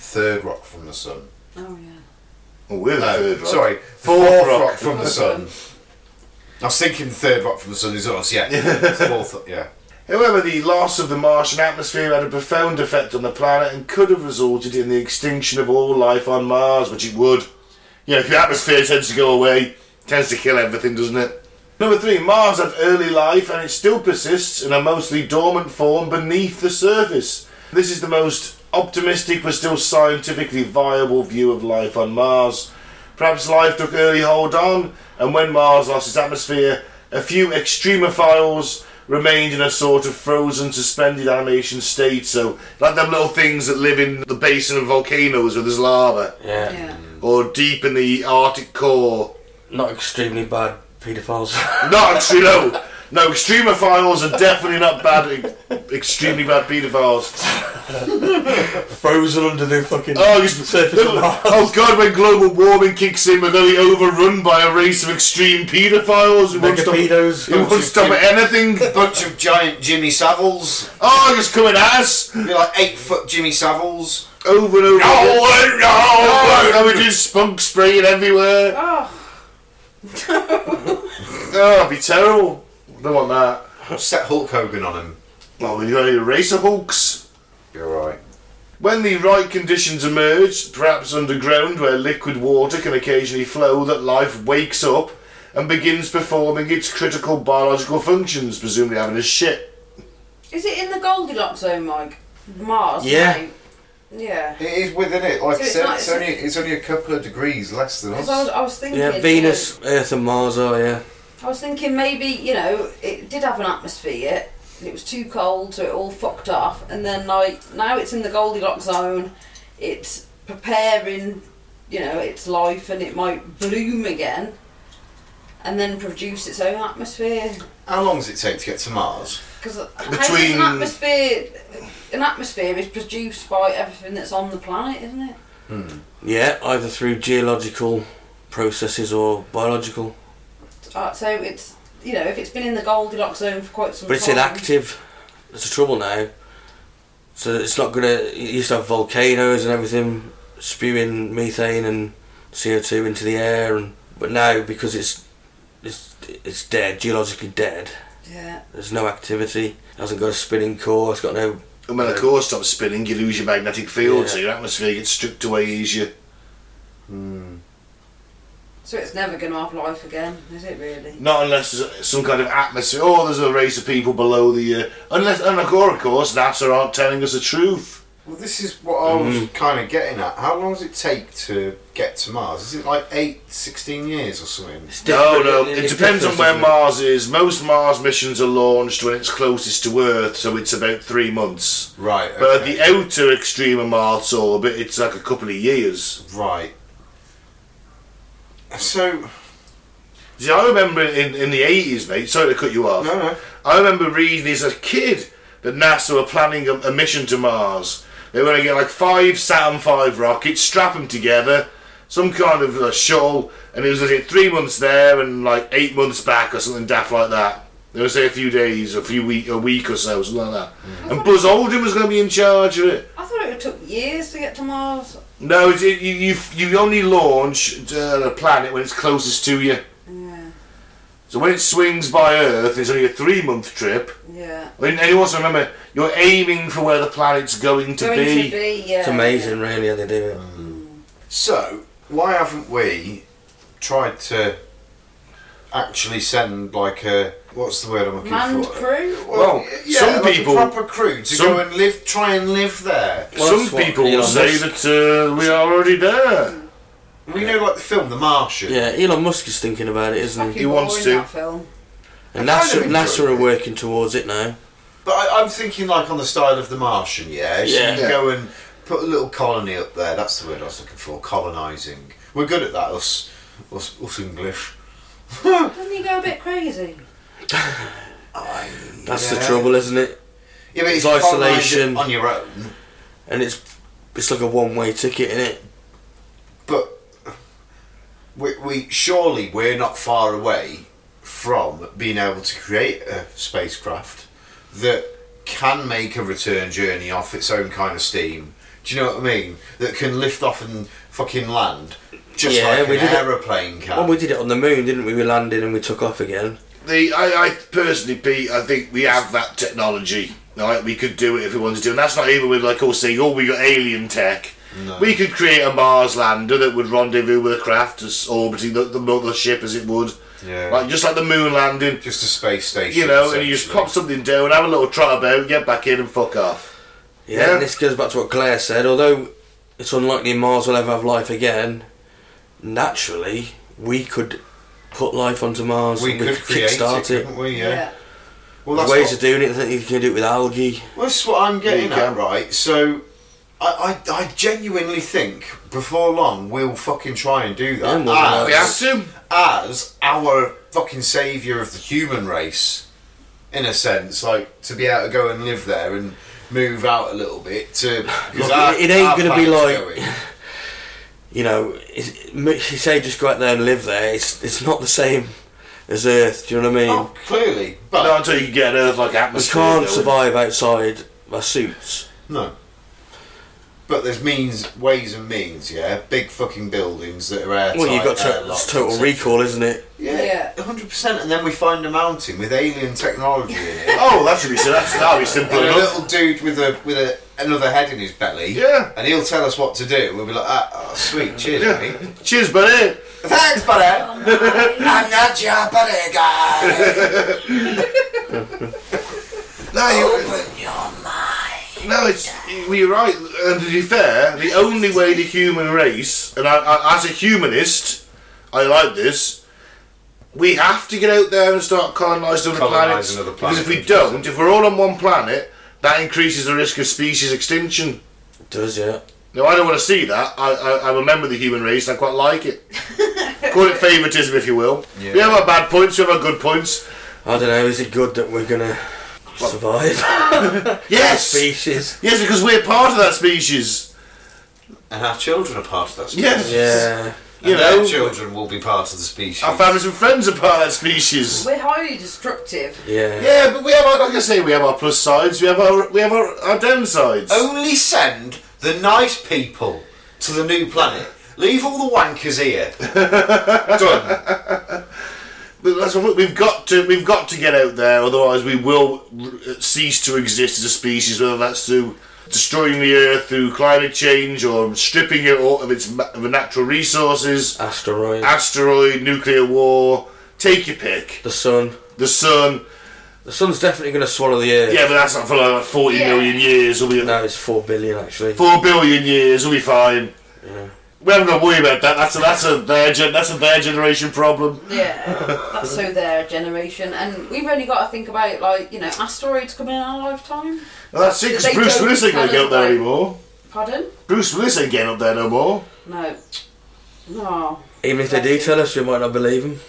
S4: Third rock from the sun.
S3: Oh yeah.
S1: Oh, we're the
S4: No,
S1: third, right?
S4: sorry, fourth
S1: rock.
S4: rock from the sun. I was thinking third rock from the sun is us. Yeah. It's fourth. Yeah.
S1: However, the loss of the Martian atmosphere had a profound effect on the planet and could have resulted in the extinction of all life on Mars, which it would. You know, if your atmosphere tends to go away, it tends to kill everything, doesn't it? Number three, Mars had early life and it still persists in a mostly dormant form beneath the surface. This is the most optimistic but still scientifically viable view of life on Mars. Perhaps life took early hold on, and when Mars lost its atmosphere, a few extremophiles remained in a sort of frozen, suspended animation state. So, like them little things that live in the basin of volcanoes where there's lava,
S2: Yeah.
S3: Yeah.
S1: or deep in the Arctic core.
S2: Not extremely bad paedophiles.
S1: Not actually, no. No, extremophiles are definitely not bad, ex- extremely bad paedophiles.
S2: Frozen under the fucking
S1: Oh, you-
S2: surface of Mars.
S1: oh God, when global warming kicks in, we're going to be overrun by a race of extreme paedophiles who won't stop,
S2: Megapedos.
S1: who won't stop at anything.
S4: Bunch of giant Jimmy Savills.
S1: Oh, just coming at us
S4: Be like eight foot Jimmy Savills.
S1: over and over. again.
S2: oh,
S4: no,
S1: Oh, no, we just spunk spraying everywhere.
S3: Oh,
S1: Oh, that'd be terrible. I don't want that.
S4: Set Hulk Hogan on him.
S1: Oh, you got any eraser hulks?
S4: You're right.
S1: When the right conditions emerge, perhaps underground where liquid water can occasionally flow, that life wakes up and begins performing its critical biological functions, presumably having a shit.
S3: Is it in the Goldilocks zone, Mike? Mars?
S2: Yeah.
S3: mate? Yeah.
S4: It is within it. Like
S3: So
S4: I
S3: it's
S4: said,
S3: not-
S4: it's only it's only a couple of degrees less than us.
S3: Because I was, I was thinking.
S2: Yeah, Venus, Earth, and Mars are yeah.
S3: I was thinking maybe, you know, it did have an atmosphere and it was too cold so it all fucked off and then like now it's in the Goldilocks zone, it's preparing, you know, its life and it might bloom again and then produce its own atmosphere.
S4: How long does it take to get to Mars?
S3: Because
S1: Between-
S3: an atmosphere an atmosphere is produced by everything that's on the planet, isn't it?
S2: Yeah, either through geological processes or biological,
S3: Uh, So it's you know, if it's been in the Goldilocks zone for quite some
S2: but it's
S3: time.
S2: inactive. That's the trouble now. So it's not gonna. It used to have volcanoes and everything spewing methane and CO two into the air, and but now because it's it's it's dead, geologically dead.
S3: Yeah.
S2: There's no activity. It hasn't got a spinning core. It's got no.
S1: And when the core stops spinning, you lose your magnetic field,
S2: Yeah.
S1: so your atmosphere gets stripped away easier.
S3: So it's never going to have life again, is it really?
S1: Not unless there's some kind of atmosphere, or there's a race of people below the. Uh, unless, and of course, of course, NASA aren't telling us the truth.
S4: Well, this is what I was kind of getting at. How long does it take to get to Mars? Is it like 8, 16 years or something?
S2: It's
S1: No,
S2: different.
S1: no,
S2: It-
S1: it
S2: it's
S1: depends on
S2: different,
S1: where
S2: isn't it?
S1: Mars is. Most Mars missions are launched when it's closest to Earth, so it's about three months.
S4: Right. Okay.
S1: But at the outer extreme of Mars orbit, it's like a couple of years.
S4: right. So
S1: See, I remember in, in the 80s, mate, sorry to cut you off.
S4: No, no.
S1: I remember reading as a kid that NASA were planning a, a mission to Mars. They were going to get like five Saturn V rockets, strap them together, some kind of a shuttle, and it was like three months there and like eight months back or something daft like that. They were say a few days, a few week, a week or so, something like
S4: Mm.
S1: that. And Buzz Aldrin was going to be in charge of it.
S3: I thought it took years to get to Mars.
S1: No, it, it, you, you you only launch uh, the planet when it's closest to you.
S3: Yeah,
S1: So when it swings by Earth, it's only a three month trip.
S3: yeah.
S1: And and you also remember, you're aiming for where the planet's going to
S3: Going
S1: be.
S3: to be, yeah.
S2: It's amazing, really, how they do it.
S4: so why haven't we tried to actually send like a what's the word I'm looking
S3: Manned
S4: for?
S3: crew?
S1: Well, some
S4: like a
S1: people-
S4: proper crew to
S1: some-
S4: go and live, try and live there.
S2: Well, that's
S1: Some
S2: what
S1: people
S2: Elon
S1: will say
S2: Musk-
S1: that uh, we are already there.
S4: We know, like the film The Martian.
S2: Yeah, Elon Musk is thinking about it, isn't
S3: Fucking
S2: he?
S1: He wants
S3: boring,
S1: to.
S3: That film.
S2: And
S4: I
S2: NASA,
S4: kind of
S2: NASA
S4: enjoy
S2: are
S4: it.
S2: working towards it now.
S4: But I, I'm thinking like on the style of The Martian, yeah. So
S2: Yeah.
S4: you go and put a little colony up there. That's the word I was looking for. Colonising. We're good at that. Us, us, us English.
S3: Doesn't he go a bit crazy?
S2: That's the
S4: Yeah.
S2: trouble, isn't it?
S4: Yeah, but
S2: It's
S4: it's, colonising
S2: isolation.
S4: on your own.
S2: And it's it's like a one way ticket, isn't it?
S4: But we, we surely we're not far away from being able to create a spacecraft that can make a return journey off its own kind of steam. Do you know what I mean? That can lift off and fucking land, just
S2: Yeah,
S4: like
S2: we
S4: an
S2: did it-
S4: aeroplane can.
S2: Well, we did it on the moon, didn't we? We landed and we took off again.
S1: The, I, I personally, Pete, I think we have that technology. Right? We could do it if we wanted to. And that's not even with, like, all saying, oh, we got alien tech.
S4: No.
S1: We could create a Mars lander that would rendezvous with a craft that's orbiting the, the mothership as it would.
S4: Yeah.
S1: Like, just like the moon landing.
S4: Just a space station.
S1: You know, and you just
S4: essentially.
S1: pop something down, have a little trot about, get back in and fuck off.
S2: Yeah,
S1: Yeah.
S2: And this goes back to what Claire said. Although it's unlikely Mars will ever have life again, naturally, we could put life onto Mars
S4: We
S2: and we
S4: could
S2: could
S4: create
S2: kickstart
S4: it,
S2: it.
S4: couldn't we? Yeah. Well, that's
S2: Ways
S4: what,
S2: of doing it, I think you can do it with algae.
S4: well, that's what I'm getting
S1: Yeah, you
S4: at,
S1: can.
S4: right? So, I, I, I genuinely think before long we'll fucking try and do
S2: Yeah,
S4: that
S2: more than
S4: as,
S2: likely.
S1: We have to.
S4: as our fucking saviour of the human race, in a sense, like to be able to go and live there and move out a little bit to. 'cause
S2: Look,
S4: our-
S2: it ain't
S4: our
S2: gonna be
S4: planet's
S2: like-
S4: going.
S2: you know, it's, you say just go out there and live there. It's it's not the same as Earth. Do you know what I mean?
S4: Oh, clearly, but
S1: Not until you get an Earth-like
S2: we
S1: atmosphere.
S2: can't
S1: though.
S2: survive outside our suits.
S4: No. But there's means, ways and means, yeah. Big fucking buildings that are airtight.
S2: well, you've got to,
S4: airlocked,
S2: it's total
S4: etc.
S2: recall, isn't it?
S4: Yeah,
S3: Yeah.
S4: hundred percent. And then we find a mountain with alien technology in it.
S1: Oh, that should be so. That's that'll be simple
S4: and a
S1: enough.
S4: little dude with a with a, another head in his belly.
S1: Yeah.
S4: And he'll tell us what to do. We'll be like, ah, oh, sweet, cheers,
S1: Yeah. Oh,
S4: mate.
S1: Cheers, buddy.
S4: Thanks, buddy. I'm not your buddy guy.
S1: No, you,
S4: Open your mind.
S1: Oh. no, it's well, you're right. And to be fair, the only way the human race, and I, I, as a humanist, I like this. We have to get out there and start colonising other
S4: Colonise
S1: planets.
S4: another
S1: Because if
S4: planet.
S1: we don't, if we're all on one planet, that increases the risk of species extinction.
S2: does, yeah.
S1: No, I don't want to see that. I, I, I remember the human race and I quite like it. Call it favouritism, if you will.
S4: Yeah.
S1: We have our bad points, we have our good points.
S2: I don't know, is it good that we're gonna survive
S1: Yes!
S2: species?
S1: Yes, because we're part of that species.
S4: And our children are part of that
S1: Yes.
S4: species.
S2: Yeah.
S4: And
S1: You
S4: their
S1: know,
S4: children will be part of the species.
S1: our families and friends are part of that species.
S3: We're highly destructive.
S2: Yeah.
S1: Yeah, but we have, our, like I say, we have our plus sides, we have our, we have our, our downsides.
S4: Only send the nice people to the new planet. Leave all the wankers here. Done.
S1: But That's what we've got to. We've got to get out there, otherwise we will r- cease to exist as a species. Whether that's through destroying the earth through climate change or stripping it all of its ma- of natural resources,
S2: Asteroid.
S1: asteroid, nuclear war, take your pick.
S2: the sun.
S1: The sun.
S2: The sun's definitely gonna swallow the earth.
S1: Yeah, but that's not for like forty
S3: Yeah.
S1: million years. We'll be
S2: No, it's four billion actually.
S1: four billion years. We'll be fine.
S2: Yeah.
S1: We haven't got to worry about that. That's a that's a their gen- that's a their generation problem.
S3: Yeah, that's so their generation, and we've only got to think about like you know asteroids coming in our lifetime.
S1: Well, Uh, that's it. 'cause
S3: They
S1: Bruce
S3: don't
S1: Willis ain't gonna
S3: tell
S1: get
S3: us
S1: up there
S3: why.
S1: anymore.
S3: Pardon?
S1: Bruce Willis ain't getting up there no more.
S3: No, no.
S2: Even if they do tell us, we might not believe them.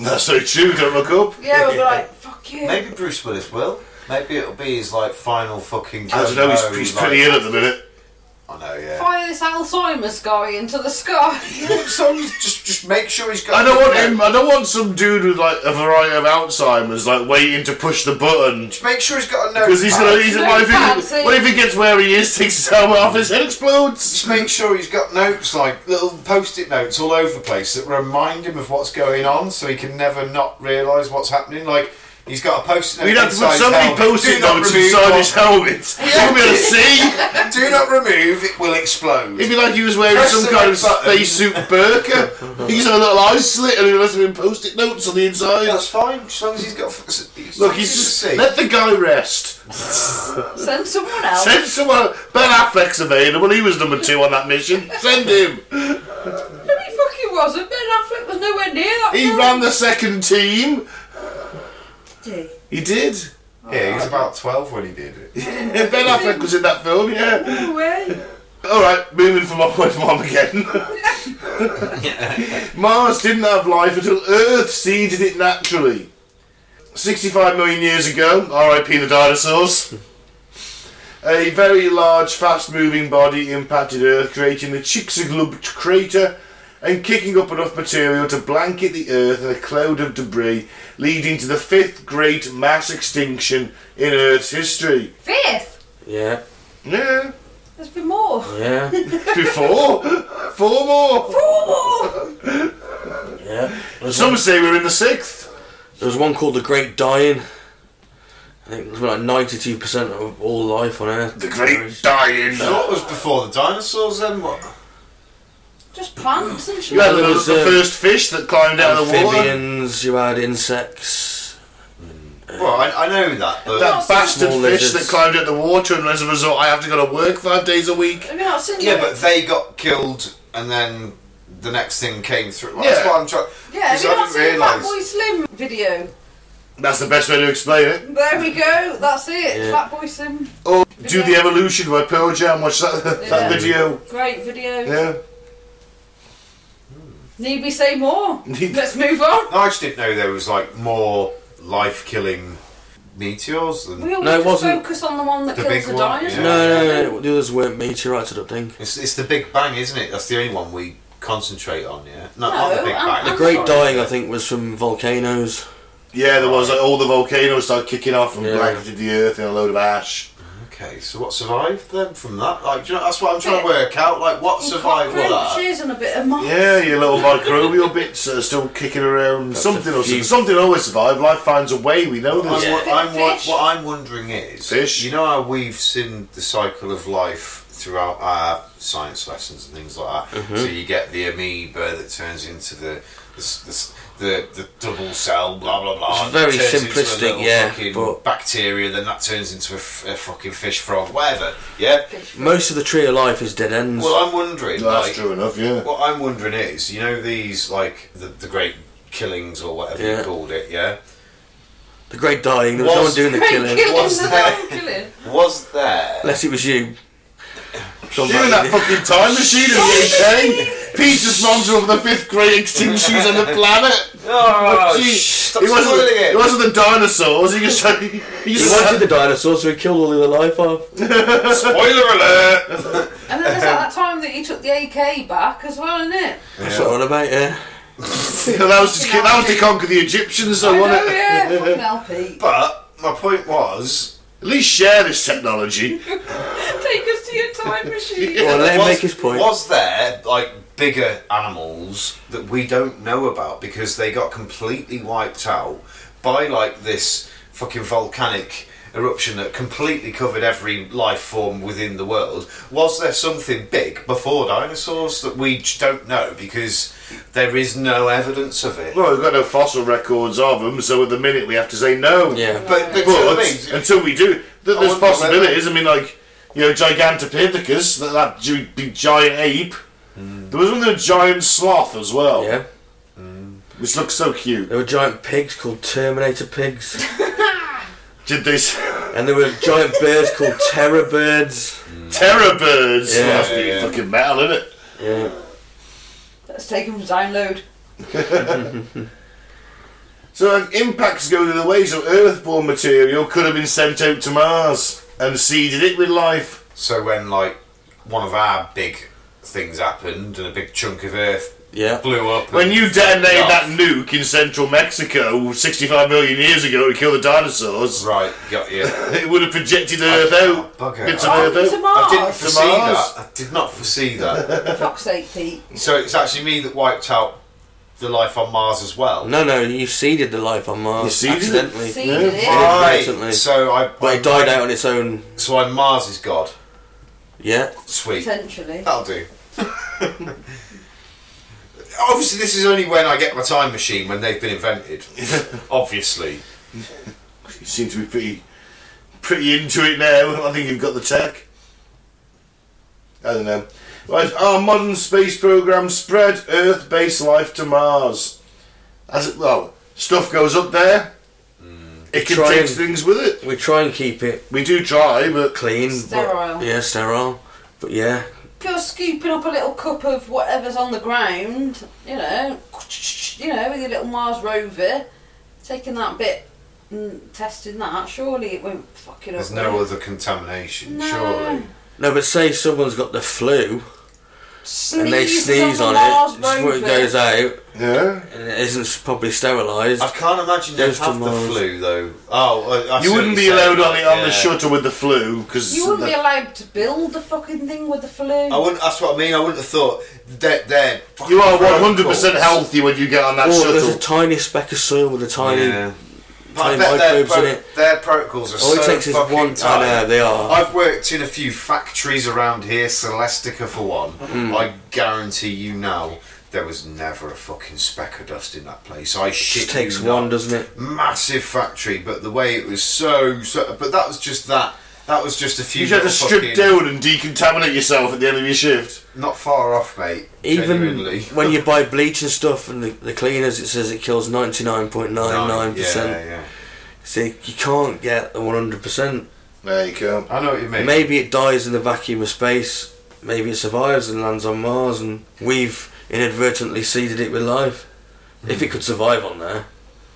S1: That's so true. Don't look up.
S3: Yeah, we'll be like, fuck you.
S4: Maybe Bruce Willis will. Maybe it'll be his like final fucking.
S1: I don't know. He's, he's pretty ill at the minute.
S4: I know. Yeah.
S3: Fire this Alzheimer's guy into the sky.
S4: Someone's just just make sure he's got.
S1: I don't want him. I don't want some dude with like a variety of Alzheimer's like waiting to push the button
S4: Make sure he's got a nose.
S1: because he's gonna. He's,
S3: No
S1: what, if he,
S3: fancy.
S1: what if he gets where he is, takes his helmet off, his head explodes?
S4: Just make sure he's got notes, like little post-it notes all over the place that remind him of what's going on, so he can never not realise what's happening. Like he's got a post-it note.
S1: We'd have to put
S4: inside
S1: so many
S4: his helmet.
S1: post-it
S4: Do not
S1: notes
S4: remove
S1: inside
S4: what-
S1: his helmet. Yeah. He'll be able to see.
S4: Do not remove. It will explode.
S1: It'd be like he was wearing
S4: Press
S1: some
S4: the
S1: kind
S4: red
S1: of
S4: button.
S1: spacesuit burqa. he's got a little eye slit and he must have been post-it notes on the inside.
S4: That's fine, as long as he's got. as long
S1: Look,
S4: as
S1: he's just
S4: safe.
S1: let the guy rest.
S3: Send someone else.
S1: Send someone. Ben Affleck's available. He was number two on that mission. Send him.
S3: No, he fucking wasn't. Ben Affleck was nowhere near that.
S1: He
S3: film.
S1: ran the second team.
S3: Did
S1: He did.
S4: Yeah, he was about twelve when he did it.
S1: ben Affleck was in that film. Yeah.
S3: he? No way.
S1: All right, moving from away from Armageddon. Mars didn't have life until Earth seeded it naturally. 65 million years ago, RIP the dinosaurs, a very large, fast moving body impacted Earth, creating the Chicxulub crater and kicking up enough material to blanket the Earth in a cloud of debris, leading to the fifth great mass extinction in Earth's history.
S3: Fifth.
S2: Yeah.
S1: Yeah,
S3: There's been more.
S2: Yeah.
S1: before, four more.
S3: Four more.
S2: Yeah. There's
S1: Some
S2: one,
S1: say we're in the sixth.
S2: there was one called the Great Dying. I think it was like ninety-two percent of all life on Earth.
S1: The great dying.
S4: So what was before the dinosaurs then? What?
S3: Just plants and
S1: You
S3: shit.
S1: had the,
S2: There was,
S1: the
S2: uh,
S1: first fish that climbed out of the water.
S2: Amphibians. You had insects.
S4: Well, I, I know that, but
S1: That
S3: Lots of
S1: bastard
S2: small
S1: fish that
S2: lizards.
S1: climbed out the water, and as a result, I have to go to work five days a week.
S3: Have you not seen
S4: yeah,
S3: the-
S4: but they got killed, and then the next thing came through. Well,
S1: Yeah.
S4: That's what I'm trying.
S3: yeah, have you
S4: I
S3: not
S4: didn't
S3: seen
S4: realise.
S3: Fat Boy Slim video?
S1: That's the best way to explain it.
S3: There we go. That's it.
S2: Yeah.
S3: Fat Boy Slim.
S1: Or do the
S3: Yeah.
S1: evolution by Pearl Jam. Watch that, that
S3: Yeah.
S1: video.
S3: Great video.
S1: Yeah.
S3: Need we say more?
S1: Need-
S3: Let's move on.
S4: No, I just didn't know there was like more life-killing meteors than.
S3: We always
S2: No, it
S3: just
S2: wasn't.
S3: focus on the one that
S4: The
S3: kills
S4: big
S3: the
S4: one,
S3: dinosaur.
S4: yeah.
S2: No, no, no. The others weren't meteorites. I don't think.
S4: It's, it's the Big Bang, isn't it? That's the only one we concentrate on. Yeah, no, not the
S3: No,
S4: Big
S3: I'm-
S4: Bang.
S2: The
S3: I'm
S2: Great
S3: sorry.
S2: Dying, I think, was from volcanoes.
S1: Yeah, there was like, all the volcanoes started kicking off and
S2: Yeah.
S1: blanketed the earth in a load of ash.
S4: Okay, so what survived then from that? Like, do you know, that's what I'm trying to work out. Like, what survived all that?
S3: Cockroaches and a bit of moss.
S1: Yeah, your little microbial bits are still kicking around.
S2: That's
S1: something
S2: a
S1: or
S2: few-
S1: something always survives. Life finds a way. We know
S4: I'm,
S1: this.
S4: I'm,
S3: Fish.
S4: what I'm wondering is,
S1: Fish.
S4: you know how we've seen the cycle of life throughout our science lessons and things like that.
S2: Mm-hmm.
S4: So you get the amoeba that turns into the the s- the, s- the, the double cell, blah blah blah.
S2: It's very
S4: Turns into a
S2: simplistic,
S4: little
S2: yeah,
S4: fucking
S2: but-
S4: bacteria, then that turns into a, f- a fucking fish frog, whatever. Yeah.
S2: Most of the tree of life is dead ends.
S4: Well, I'm wondering.
S1: No, that's
S4: like,
S1: true enough, yeah.
S4: What I'm wondering is, you know, these like the, the great killings or whatever
S2: Yeah.
S4: you called it, yeah.
S2: the great dying. There was no one
S4: Whilst-
S2: doing the
S3: Great
S2: killing,
S3: killing,
S4: What's
S3: the
S4: that?
S3: whole killing.
S4: Was there?
S2: unless it was you. Gone
S1: You in
S2: back
S1: that
S2: in
S1: fucking time machine in the UK? Peter's mom's over the fifth great extinctions on the planet.
S4: Oh,
S1: Gee,
S4: stop
S1: it, wasn't
S4: spoiling
S1: the,
S4: it.
S1: it wasn't the dinosaurs. He just, he
S2: He
S1: just
S2: wanted the dinosaurs, so he killed all the other life off.
S4: Spoiler alert!
S3: And then there's
S2: Um,
S3: that time that he took the AK back as well, isn't it?
S2: That's what I'm on about, yeah.
S1: that was to, that was to conquer the Egyptians,
S3: I
S1: though,
S3: know,
S1: wasn't it?
S3: Oh, yeah. Fucking LP.
S4: But my point was,
S1: At least share this technology.
S3: Take us to your time machine.
S2: Well, let him
S4: was,
S2: make his point.
S4: was there like bigger animals that we don't know about because they got completely wiped out by like this fucking volcanic eruption that completely covered every life form within the world? Was there something big before dinosaurs that we j- don't know because there is no evidence of it?
S1: Well, we've got no fossil records of them, so at the minute we have to say no.
S2: Yeah.
S4: But, but,
S1: But
S4: I mean,
S1: until we do, th-
S4: I
S1: there's
S4: wonder whether-
S1: possibilities. I mean, like you know, Gigantopithecus, that, that gi- big giant ape. There was one with a giant sloth as well,
S2: Hmm. Yeah.
S1: which looks so cute.
S2: There were giant pigs called Terminator pigs.
S1: Did this
S2: And there were giant birds called terror birds.
S1: terror birds?
S2: Yeah,
S1: Yeah, that's pretty
S4: yeah.
S1: fucking metal, isn't it?
S2: Yeah.
S3: Let's take him to download.
S1: So like, impacts go the other way. So Earthborn material could have been sent out to Mars and seeded it with life.
S4: so when like one of our big things happened and a big chunk of Earth
S2: Yeah.
S4: blew up,
S1: When
S4: and
S1: you detonated
S4: off.
S1: that nuke in central Mexico 65 million years ago to kill the dinosaurs,
S4: right, got you.
S1: it would have projected Earth
S4: Oh,
S1: out.
S4: bugger.
S1: Bits of
S3: Oh,
S1: Earth
S3: to
S1: out.
S3: Mars.
S4: I didn't foresee
S1: Mars.
S4: that. I did not foresee that.
S3: For fuck's sake, Pete.
S4: so it's actually me that wiped out the life on Mars as well.
S2: No, no, you seeded the life on Mars.
S1: You seeded it?
S2: accidentally.
S3: Seeded
S1: Yeah.
S3: it.
S4: Right.
S2: Recently.
S4: So I.
S2: But it died out on its own.
S4: So I'm Mars's god.
S2: Yeah.
S4: Sweet.
S3: Potentially.
S4: That'll do. Obviously, this is only when I get my time machine when they've been invented. Obviously.
S1: You seem to be pretty, pretty into it now. I think you've got the tech. I don't know. Right, our modern space program spread Earth-based life to Mars. As it, well, stuff goes up there. It can
S2: Mm. Try
S1: take
S2: and-
S1: things with it.
S2: We try and keep it
S1: We do try, but
S2: clean. but-
S3: Sterile.
S2: yeah, sterile. But yeah.
S3: If you're scooping up a little cup of whatever's on the ground, you know, you know, with your little Mars rover, taking that bit and testing that, surely it won't fuck it up.
S4: There's
S3: will
S4: no
S3: it?
S4: other contamination,
S3: No.
S4: surely.
S2: No, but say someone's got the flu and they
S3: Sneezes
S2: sneeze on
S3: on, the Mars
S2: it, before it
S3: rover.
S2: goes out,
S1: yeah.
S2: and it isn't probably sterilised.
S4: I can't imagine they
S2: Goes to
S4: have the
S2: Mars.
S4: flu, though. Oh, I, I see
S1: You
S4: what
S1: wouldn't be
S4: you're
S1: allowed
S4: saying,
S1: on the on
S4: yeah.
S1: the shuttle with the flu because
S3: You wouldn't be allowed to build the fucking thing with the flu.
S4: I wouldn't. That's what I mean. I wouldn't have thought that they're.
S1: you are one hundred percent healthy when you get on that
S2: Or Oh, there's a
S1: shuttle.
S2: tiny speck of soil with a tiny.
S4: Yeah.
S2: Tiny
S4: I bet their,
S2: microbes in
S4: pro-
S2: it.
S4: their protocols are
S2: All
S4: so
S2: it takes is
S4: fucking
S2: one. I
S4: tight.
S2: know, they are.
S4: I've worked in a few factories around here, Celestica for one.
S2: Mm.
S4: I guarantee you now, there was never a fucking speck of dust in that place. I
S2: It
S4: shit
S2: just takes
S4: you not.
S2: one, doesn't it?
S4: Massive factory, but the way it was so, so. But that was just that. That was just a few.
S1: You just have to
S4: little
S1: strip
S4: fucking-
S1: down and decontaminate yourself at the end of your shift.
S4: Not far off, mate.
S2: Even
S4: genuinely.
S2: when you buy bleach and stuff and the, the cleaners, it says it kills 99.99%.
S4: Yeah, yeah.
S2: See, you can't get the 100%.
S1: There you go.
S4: I know what you mean.
S2: Maybe it dies in the vacuum of space. Maybe it survives and lands on Mars, and we've inadvertently seeded it with life. If it could survive on there.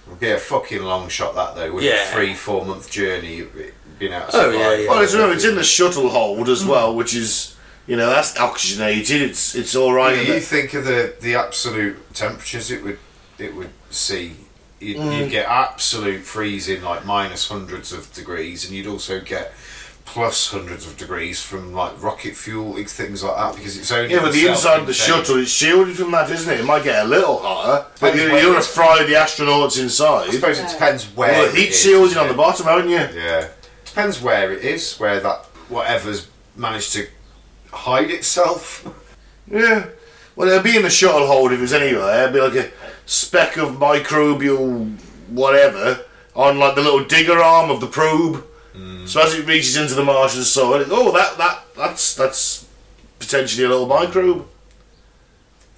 S4: It'd be a fucking long shot that though. With
S2: Yeah.
S4: a three, four month journey, it- being out. Of
S2: Oh, yeah,
S4: survival.
S2: yeah.
S1: Well, it's, remember, it's in the shuttle hold as well, which is you know that's oxygenated. It's it's all
S4: I
S1: right.
S4: mean,
S1: in
S4: you
S1: that-
S4: think of the, the absolute temperatures it would it would see. You'd,
S1: Mm.
S4: you'd get absolute freezing, like minus hundreds of degrees, and you'd also get plus hundreds of degrees from like rocket fuel and things like that because it's only
S1: yeah, but the
S4: itself
S1: inside of the
S4: contained.
S1: shuttle is shielded from that, isn't it? It might get a little hotter, but
S4: Depends
S1: you're,
S4: where
S1: you're going
S4: it's-
S1: to fry the astronauts inside.
S4: I suppose it depends where.
S1: Well,
S4: it
S1: heat
S4: is,
S1: shielding
S4: doesn't
S1: on the
S4: it?
S1: bottom, haven't you?
S4: Yeah. Depends where it is, where that whatever's managed to hide itself.
S1: Yeah. Well, it'd be in the shuttle hold if it was anywhere. It'd be like a speck of microbial whatever on like the little digger arm of the probe.
S4: Hmm.
S1: So as it reaches into the Martian soil, it, oh, that that that's that's potentially a little microbe.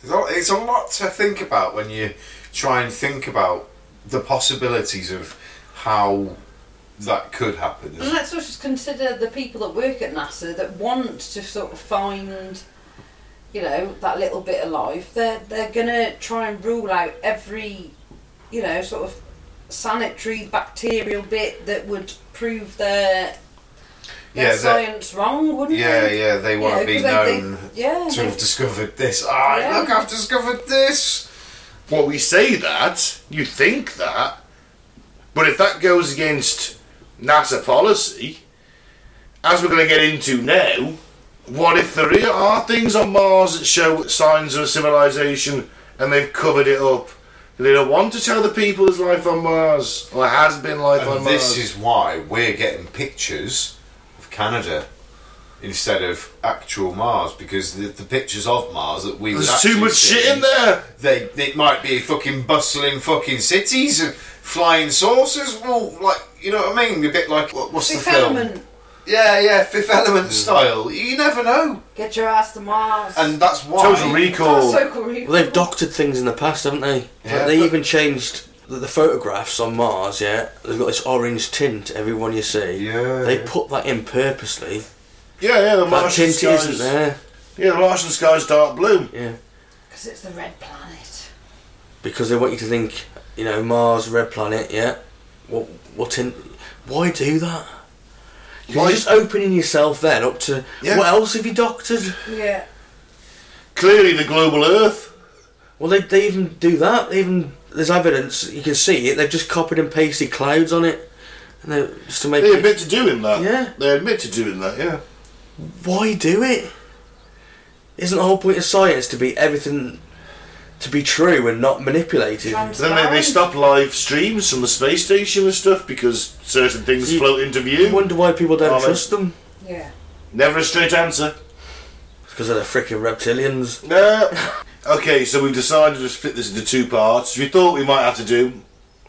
S4: It's a- It's a lot to think about when you try and think about the possibilities of how that could happen.
S3: And let's also just consider the people that work at NASA that want to sort of find, you know, that little bit of life. They're they're gonna try and rule out every, you know, sort of sanitary bacterial bit that would prove their, their
S4: Yeah, that-
S3: science wrong, wouldn't
S4: Yeah,
S3: they?
S4: yeah, they want to be
S3: 'cause they-
S4: known
S3: they- yeah,
S4: to
S3: they-
S4: have discovered this. Ah,
S3: Yeah.
S4: look, I've discovered this.
S1: Well, we say that, you think that, but if that goes against NASA policy, as we're going to get into now, what if there i- are things on Mars that show signs of civilization and they've covered it up? They don't want to tell the people there's life on Mars or has been life on
S4: And this
S1: Mars.
S4: is why we're getting pictures of Canada instead of actual Mars because the, the pictures of Mars that we
S1: there's too much shit in
S4: there.
S1: there.
S4: they it might be fucking bustling fucking cities and flying saucers. Well, like you know what I mean? A bit like what, what's
S3: Fifth
S4: the film?
S3: element,
S4: Yeah, yeah, Fifth Element
S1: Mm.
S4: style. You never know,
S3: get your ass to Mars.
S4: and that's why.
S1: Total
S3: That's
S1: recall.
S3: so cool.
S2: Well, they've doctored things in the past, haven't they?
S4: Yeah.
S2: Like, they even changed the, the photographs on Mars. Yeah, they've got this orange tint. Everyone you see,
S4: Yeah,
S2: they
S4: yeah.
S2: put that in purposely.
S1: Yeah, yeah, the
S2: That
S1: Martian
S2: tint
S1: sky's,
S2: isn't there.
S1: Yeah, the Martian sky's dark blue.
S2: Yeah,
S3: Because it's the red planet.
S2: because they want you to think, you know, Mars, red planet. Yeah, what what tint? Why do that? You're
S1: Why-
S2: just opening yourself then up to
S1: Yeah.
S2: what else have you doctored?
S3: Yeah.
S1: Clearly, the global Earth.
S2: Well, they, they even do that. They even there's evidence you can see it. They've just copied and pasted clouds on it, and they just to make
S1: They
S2: it.
S1: admit to doing that.
S2: Yeah.
S1: They admit to doing that, yeah.
S2: why do it? Isn't the whole point of science to be everything to be true and not manipulated?
S1: So then they, they stop live streams from the space station and stuff because certain things
S2: You-
S1: float into
S2: You
S1: view.
S2: wonder why people don't
S1: Aren't they?
S2: trust them
S3: Yeah.
S1: Never a straight answer.
S2: because they're freaking reptilians.
S1: No. okay, so we've decided to split this into two parts. We thought we might have to do,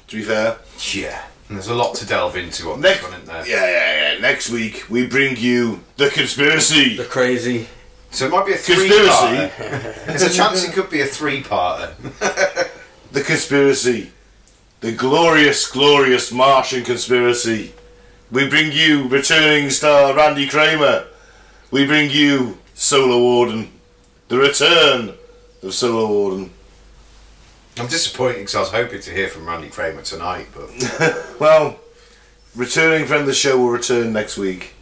S1: to be fair.
S4: Yeah, and there's a lot to delve into on
S1: Next,
S4: this one, isn't there?
S1: yeah, yeah, yeah. Next week we bring you the conspiracy.
S2: They're crazy.
S4: So it might be a
S1: Conspiracy.
S4: three-parter. There's a chance it could be a three-parter.
S1: The conspiracy. The glorious, glorious Martian conspiracy. We bring you returning star Randy Kramer. We bring you Solar Warden. The return of Solar Warden.
S4: I'm disappointed because I was hoping to hear from Randy Kramer tonight, but
S1: Well, returning friend of the show will return next week.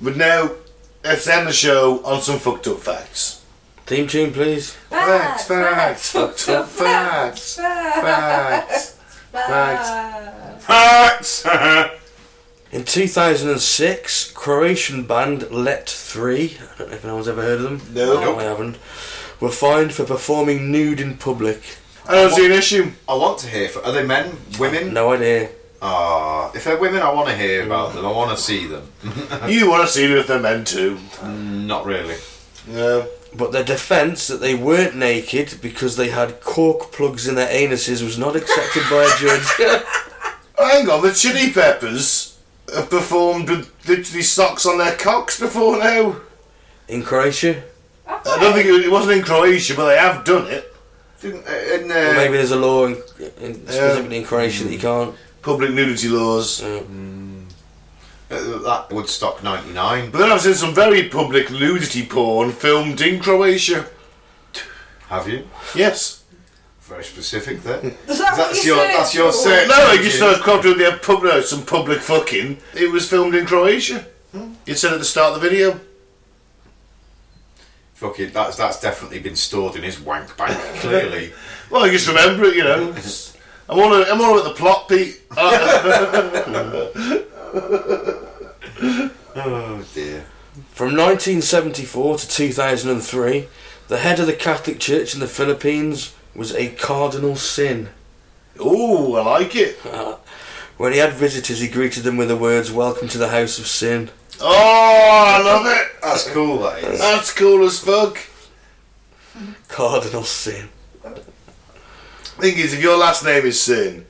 S1: But now, let's end the show on some fucked up facts.
S2: Theme tune, please.
S1: Facts, facts,
S3: Fucked up
S1: facts, Facts.
S3: Facts.
S1: Facts!
S2: In 2006, Croatian band Let Three. I don't know if anyone's ever heard of them.
S1: No.
S2: No, I haven't. Were fined for performing nude in public.
S1: I don't see an issue.
S4: I want to hear. From, are they men, women?
S2: No idea.
S4: Ah, if they're women, I want to hear about them. I want to see them.
S1: You want to see them if they're meant to. Mm-hmm.
S4: Not really.
S1: Yeah.
S2: But their defence that they weren't naked because they had cork plugs in their anuses was not accepted by a judge.
S1: oh, Hang on, the Chili Peppers have performed with literally socks on their cocks before now.
S2: in Croatia.
S1: I don't think it, it wasn't in Croatia, but they have done it.
S4: Didn't uh, in, uh,
S2: Or maybe there's a law in, in specifically in Croatia that you can't.
S1: Public nudity laws.
S2: Uh,
S4: uh, that Woodstock '99?
S1: But then I've seen some very public nudity porn filmed in Croatia.
S4: Have you?
S1: Yes.
S4: Very specific there.
S3: Is that
S4: That's
S3: what you
S4: your-
S3: searched
S4: that's your
S3: for?
S4: search.
S1: No, I just saw a crop doing their uh, pub, no, some public fucking. It was filmed in Croatia. It said at the start of the video.
S4: Fuck it. That's that's definitely been stored in his wank bank. Clearly.
S1: Well, I just remember it, you know. It's- I'm all, I'm all about the plot, Pete. Uh,
S4: oh dear.
S2: From 1974 to 2003, the head of the Catholic Church in the Philippines was a cardinal sin.
S1: Ooh, I like it.
S2: Uh, When he had visitors, he greeted them with the words, Welcome to the house of sin.
S1: Oh, I love it.
S4: That's cool, that is.
S1: That's cool as fuck.
S2: Cardinal sin.
S1: Thing is, if your last name is Sin,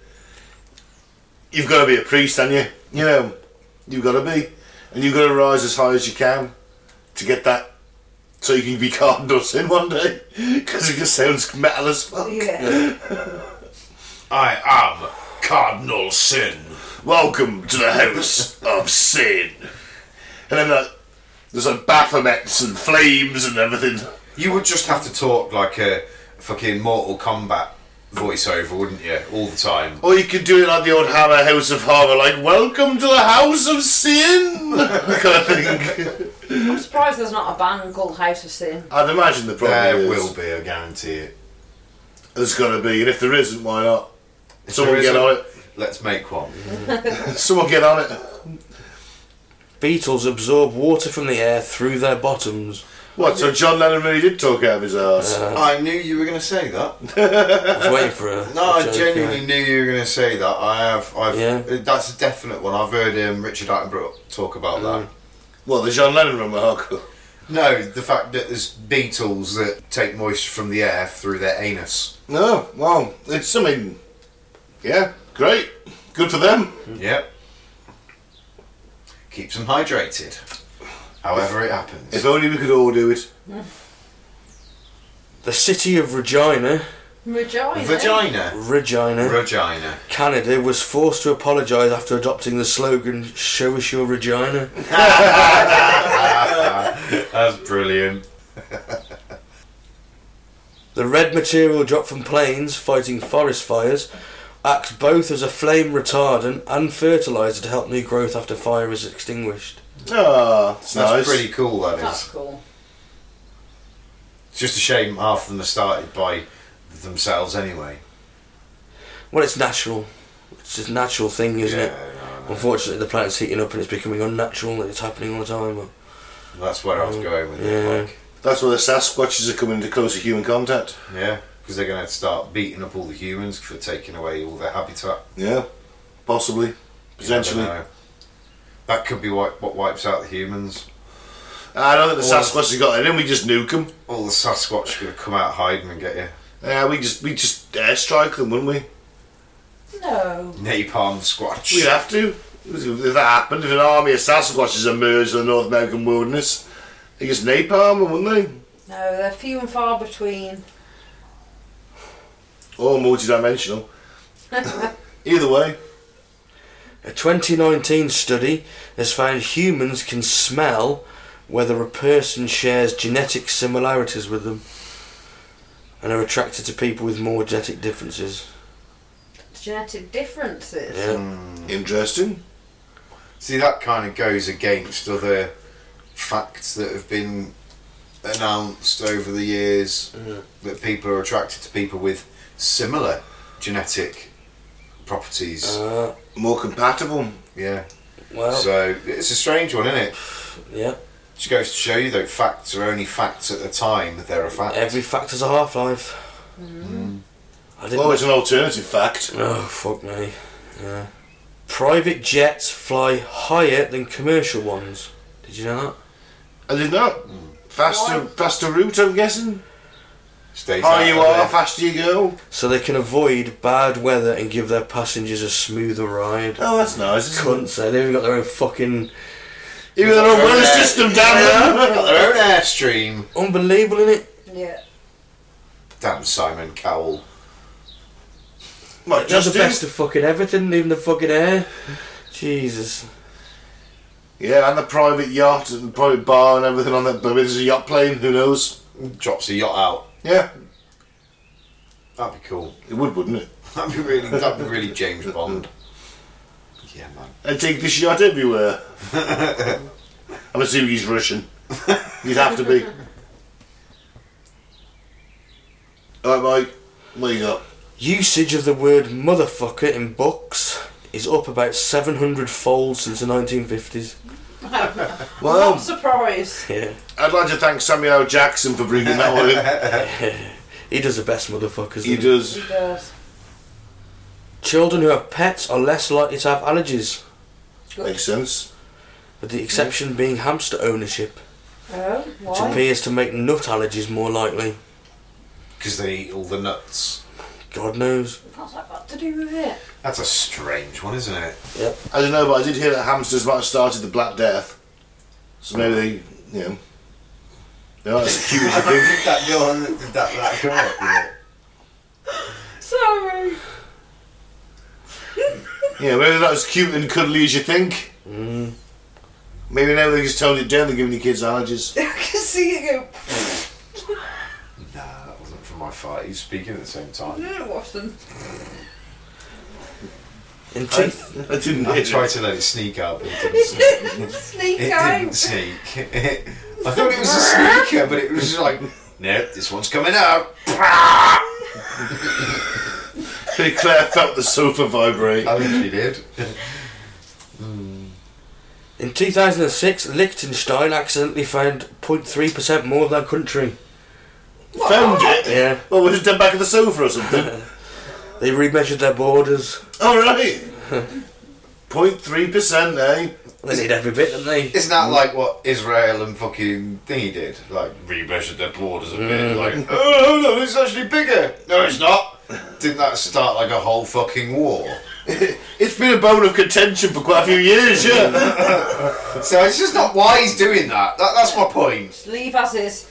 S1: you've got to be a priest, haven't you? You know, you've got to be, and you've got to rise as high as you can to get that, so you can be Cardinal Sin one day. Because it just sounds metal as fuck.
S3: Yeah.
S4: I am Cardinal Sin.
S1: Welcome to the house of sin. And then that, there's like baphomets and flames and everything.
S4: You would just have to talk like a fucking Mortal Kombat voiceover, wouldn't you? All the time.
S3: Oh,
S1: Or you could do it like the old Hammer House of Horror, like "Welcome to the house of sin" kind of thing.
S3: I'm surprised there's not a band called House of Sin.
S1: I'd imagine the problem
S4: There
S1: is
S4: will be, I guarantee it.
S1: there's got to be, and if there isn't, why not?
S4: If
S1: Someone
S4: there
S1: get
S4: isn't,
S1: on it.
S4: Let's make one.
S1: Someone get on it.
S2: Beetles absorb water from the air through their bottoms.
S1: What? So John Lennon really did talk out of his ass.
S4: I knew you were going to say that.
S2: I was waiting for a.
S4: No,
S2: a
S4: I
S2: joke,
S4: genuinely
S2: yeah.
S4: knew you were going to say that. I have. I've,
S2: Yeah.
S4: That's a definite one. I've heard um, Richard Attenborough talk about
S2: Mm.
S4: that.
S1: Well, the John Lennon remark.
S4: No, the fact that there's beetles that take moisture from the air through their anus.
S1: No, well, it's something. Yeah, great, good for them.
S2: Mm.
S4: Yep. Keeps them hydrated. However, it happens.
S1: If only we could all do it.
S2: The city of Regina,
S3: Regina.
S4: Vagina.
S2: Regina,
S4: Regina.
S2: Canada, was forced to apologise after adopting the slogan "Show us your Regina."
S4: That's brilliant.
S2: The red material dropped from planes fighting forest fires acts both as a flame retardant and fertiliser to help new growth after fire is extinguished.
S1: Ah, it's
S4: That's
S1: nice.
S4: pretty cool. That is.
S3: That's cool.
S4: It's just a shame half of them are started by themselves anyway.
S2: Well, it's natural. It's just a natural thing, isn't
S4: yeah,
S2: it?
S4: no, no.
S2: Unfortunately, the planet's heating up and it's becoming unnatural and it's happening all the time.
S4: That's where I was going with
S2: Yeah.
S4: it. Like,
S1: That's where the Sasquatches are coming into closer human contact.
S4: Yeah, because they're going to start beating up all the humans for taking away all their habitat.
S1: Yeah, possibly, potentially.
S4: I don't know. That could be what, what wipes out the humans.
S1: I don't think the
S4: Or-
S1: Sasquatches got it in. We just nuke them.
S4: All the Sasquatch going to come out hiding and get you.
S1: Yeah, we just we just airstrike them, wouldn't we?
S3: No.
S4: Napalm Squatch.
S1: We'd have to. If that happened, if an army of Sasquatches emerged in the North American wilderness, they just napalm them, wouldn't they?
S3: No, they're few and far between.
S1: Or multidimensional. Either way,
S2: A 2019 study has found humans can smell whether a person shares genetic similarities with them and are attracted to people with more genetic differences.
S3: Genetic differences.
S2: Yeah.
S4: Hmm.
S1: interesting.
S4: See, that kind of goes against other facts that have been announced over the years that people are attracted to people with similar genetic properties.
S2: Uh,
S1: More compatible.
S4: yeah.
S2: well,
S4: So it's a strange one, isn't it?
S2: yeah.
S4: Just goes to show you, though, facts are only facts at the time that they're a fact.
S2: Every fact has a half life.
S4: Hmm.
S2: I didn't.
S1: Well,
S4: Oh,
S1: it's an alternative fact.
S2: Oh fuck me. Yeah. Private jets fly higher than commercial ones. Did you know that?
S1: I did not. Faster,
S3: Why?
S1: faster route. I'm guessing.
S4: Stays out
S1: Higher you
S4: of
S1: are,
S4: there.
S1: faster you go.
S2: So they can avoid bad weather and give their passengers a smoother ride.
S1: Oh, that's nice. isn't it?
S2: Cunts, so they've even got their own fucking
S1: Even though
S4: They've
S1: we're
S4: got
S1: a
S4: their-
S1: system down
S4: They've got
S1: there.
S4: their own airstream.
S2: unbelievable in it.
S3: Yeah.
S4: Damn Simon Cowell.
S1: What,
S2: That's the
S1: just
S2: best
S1: do?
S2: of fucking everything, even the fucking air. Jesus.
S1: Yeah, and the private yacht and the private bar and everything on that. But there's a yacht plane. Who knows?
S4: Drops a yacht out.
S1: Yeah,
S4: That'd be cool.
S1: it would, wouldn't it?
S4: That'd be really. That'd be really James Bond. Yeah, man.
S1: I take this yacht everywhere. I'm assuming he's Russian. You'd have to be. Alright, Mike. What you got?
S2: Usage of the word motherfucker in books is up about 700 fold since the 1950s.
S1: Well,
S3: Not surprised.
S2: Yeah.
S1: I'd like to thank Samuel L. Jackson for bringing that one in.
S2: he does the best motherfuckers.
S1: He
S2: doesn't
S1: does.
S3: He does.
S2: Children who have pets are less likely to have allergies,
S1: Makes sense.
S2: with the exception being hamster ownership,
S3: Oh,
S2: which
S3: why?
S2: appears to make nut allergies more likely.
S4: because they eat all the nuts.
S2: God knows.
S3: What's that got to do with it?
S4: That's a strange one, isn't it?
S2: Yep.
S1: I don't know, but I did hear that hamsters might have started the Black Death. So maybe they, you know. They're not as cute as you think.
S4: did that go on? Did that, that go up?
S3: Sorry.
S1: Yeah, maybe they're not as cute and cuddly as you think. Mm-hmm.
S2: Mm.
S1: Maybe now they just toned it down, they're giving your kids allergies.
S3: I can see it go.
S4: Nah, that wasn't from my fight. He's speaking at the same time.
S3: Mm, Watch them.
S2: In
S1: I,
S2: teeth.
S1: I didn't
S4: I
S1: hear
S4: tried
S1: that.
S4: to let it sneak out, but it didn't sneak.
S3: Sneak
S4: It didn't
S3: out.
S4: sneak. I thought it was a sneaker, but it was like, no, this one's coming out. I
S1: Claire felt the sofa vibrate.
S4: think she did.
S2: In 2006, Liechtenstein accidentally found 0.3% more of their country.
S1: Found it?
S2: Yeah.
S1: Well, was it down back of the sofa or something?
S2: They remeasured their borders.
S1: Alright! 0.3%, eh?
S2: They need every bit, don't they?
S4: Isn't that like what Israel and fucking thingy did? Like remeasured their borders a bit. Like, oh no, no, it's actually bigger. No, it's not. Didn't that start like a whole fucking war?
S1: It's been a bone of contention for quite a few years, yeah.
S4: So it's just not why he's doing that. that that's my point.
S3: Leave as is.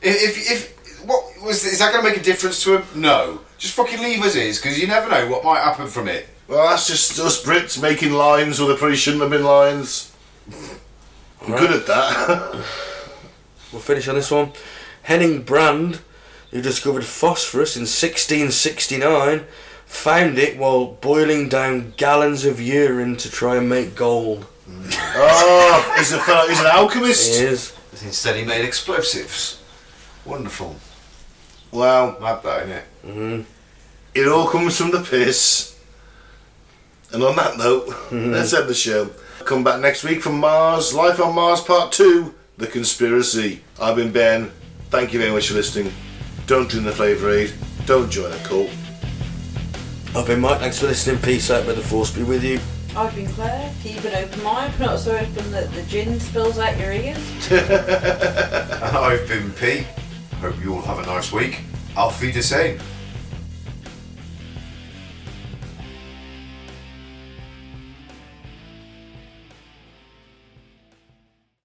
S4: If, if, if what was is that going to make a difference to him? No. Just fucking leave us is because you never know what might happen from it.
S1: well, that's just us Brits making lines where they probably shouldn't have been lines. We're good at that.
S2: We'll finish on this one. Henning Brand, who discovered phosphorus in 1669, found it while boiling down gallons of urine to try and make gold.
S1: oh, he's, a, fellow- he's an alchemist.
S2: Is
S4: Instead, he made explosives. Wonderful.
S1: Wow.
S4: Mad that, innit?
S1: It all comes from the piss. And on that note, let's end the show. Come back next week from Mars, Life on Mars Part 2, The Conspiracy. I've been Ben. Thank you very much for listening. Don't drink the flavour aid. Don't join a cult.
S2: I've been Mike. Thanks for listening. Peace out. May the force be with you.
S3: I've been Claire. Keep an open mind, not so open that the gin spills out your ears.
S4: I've been Pete. Hope you all have a nice week. Auf Wiedersehen.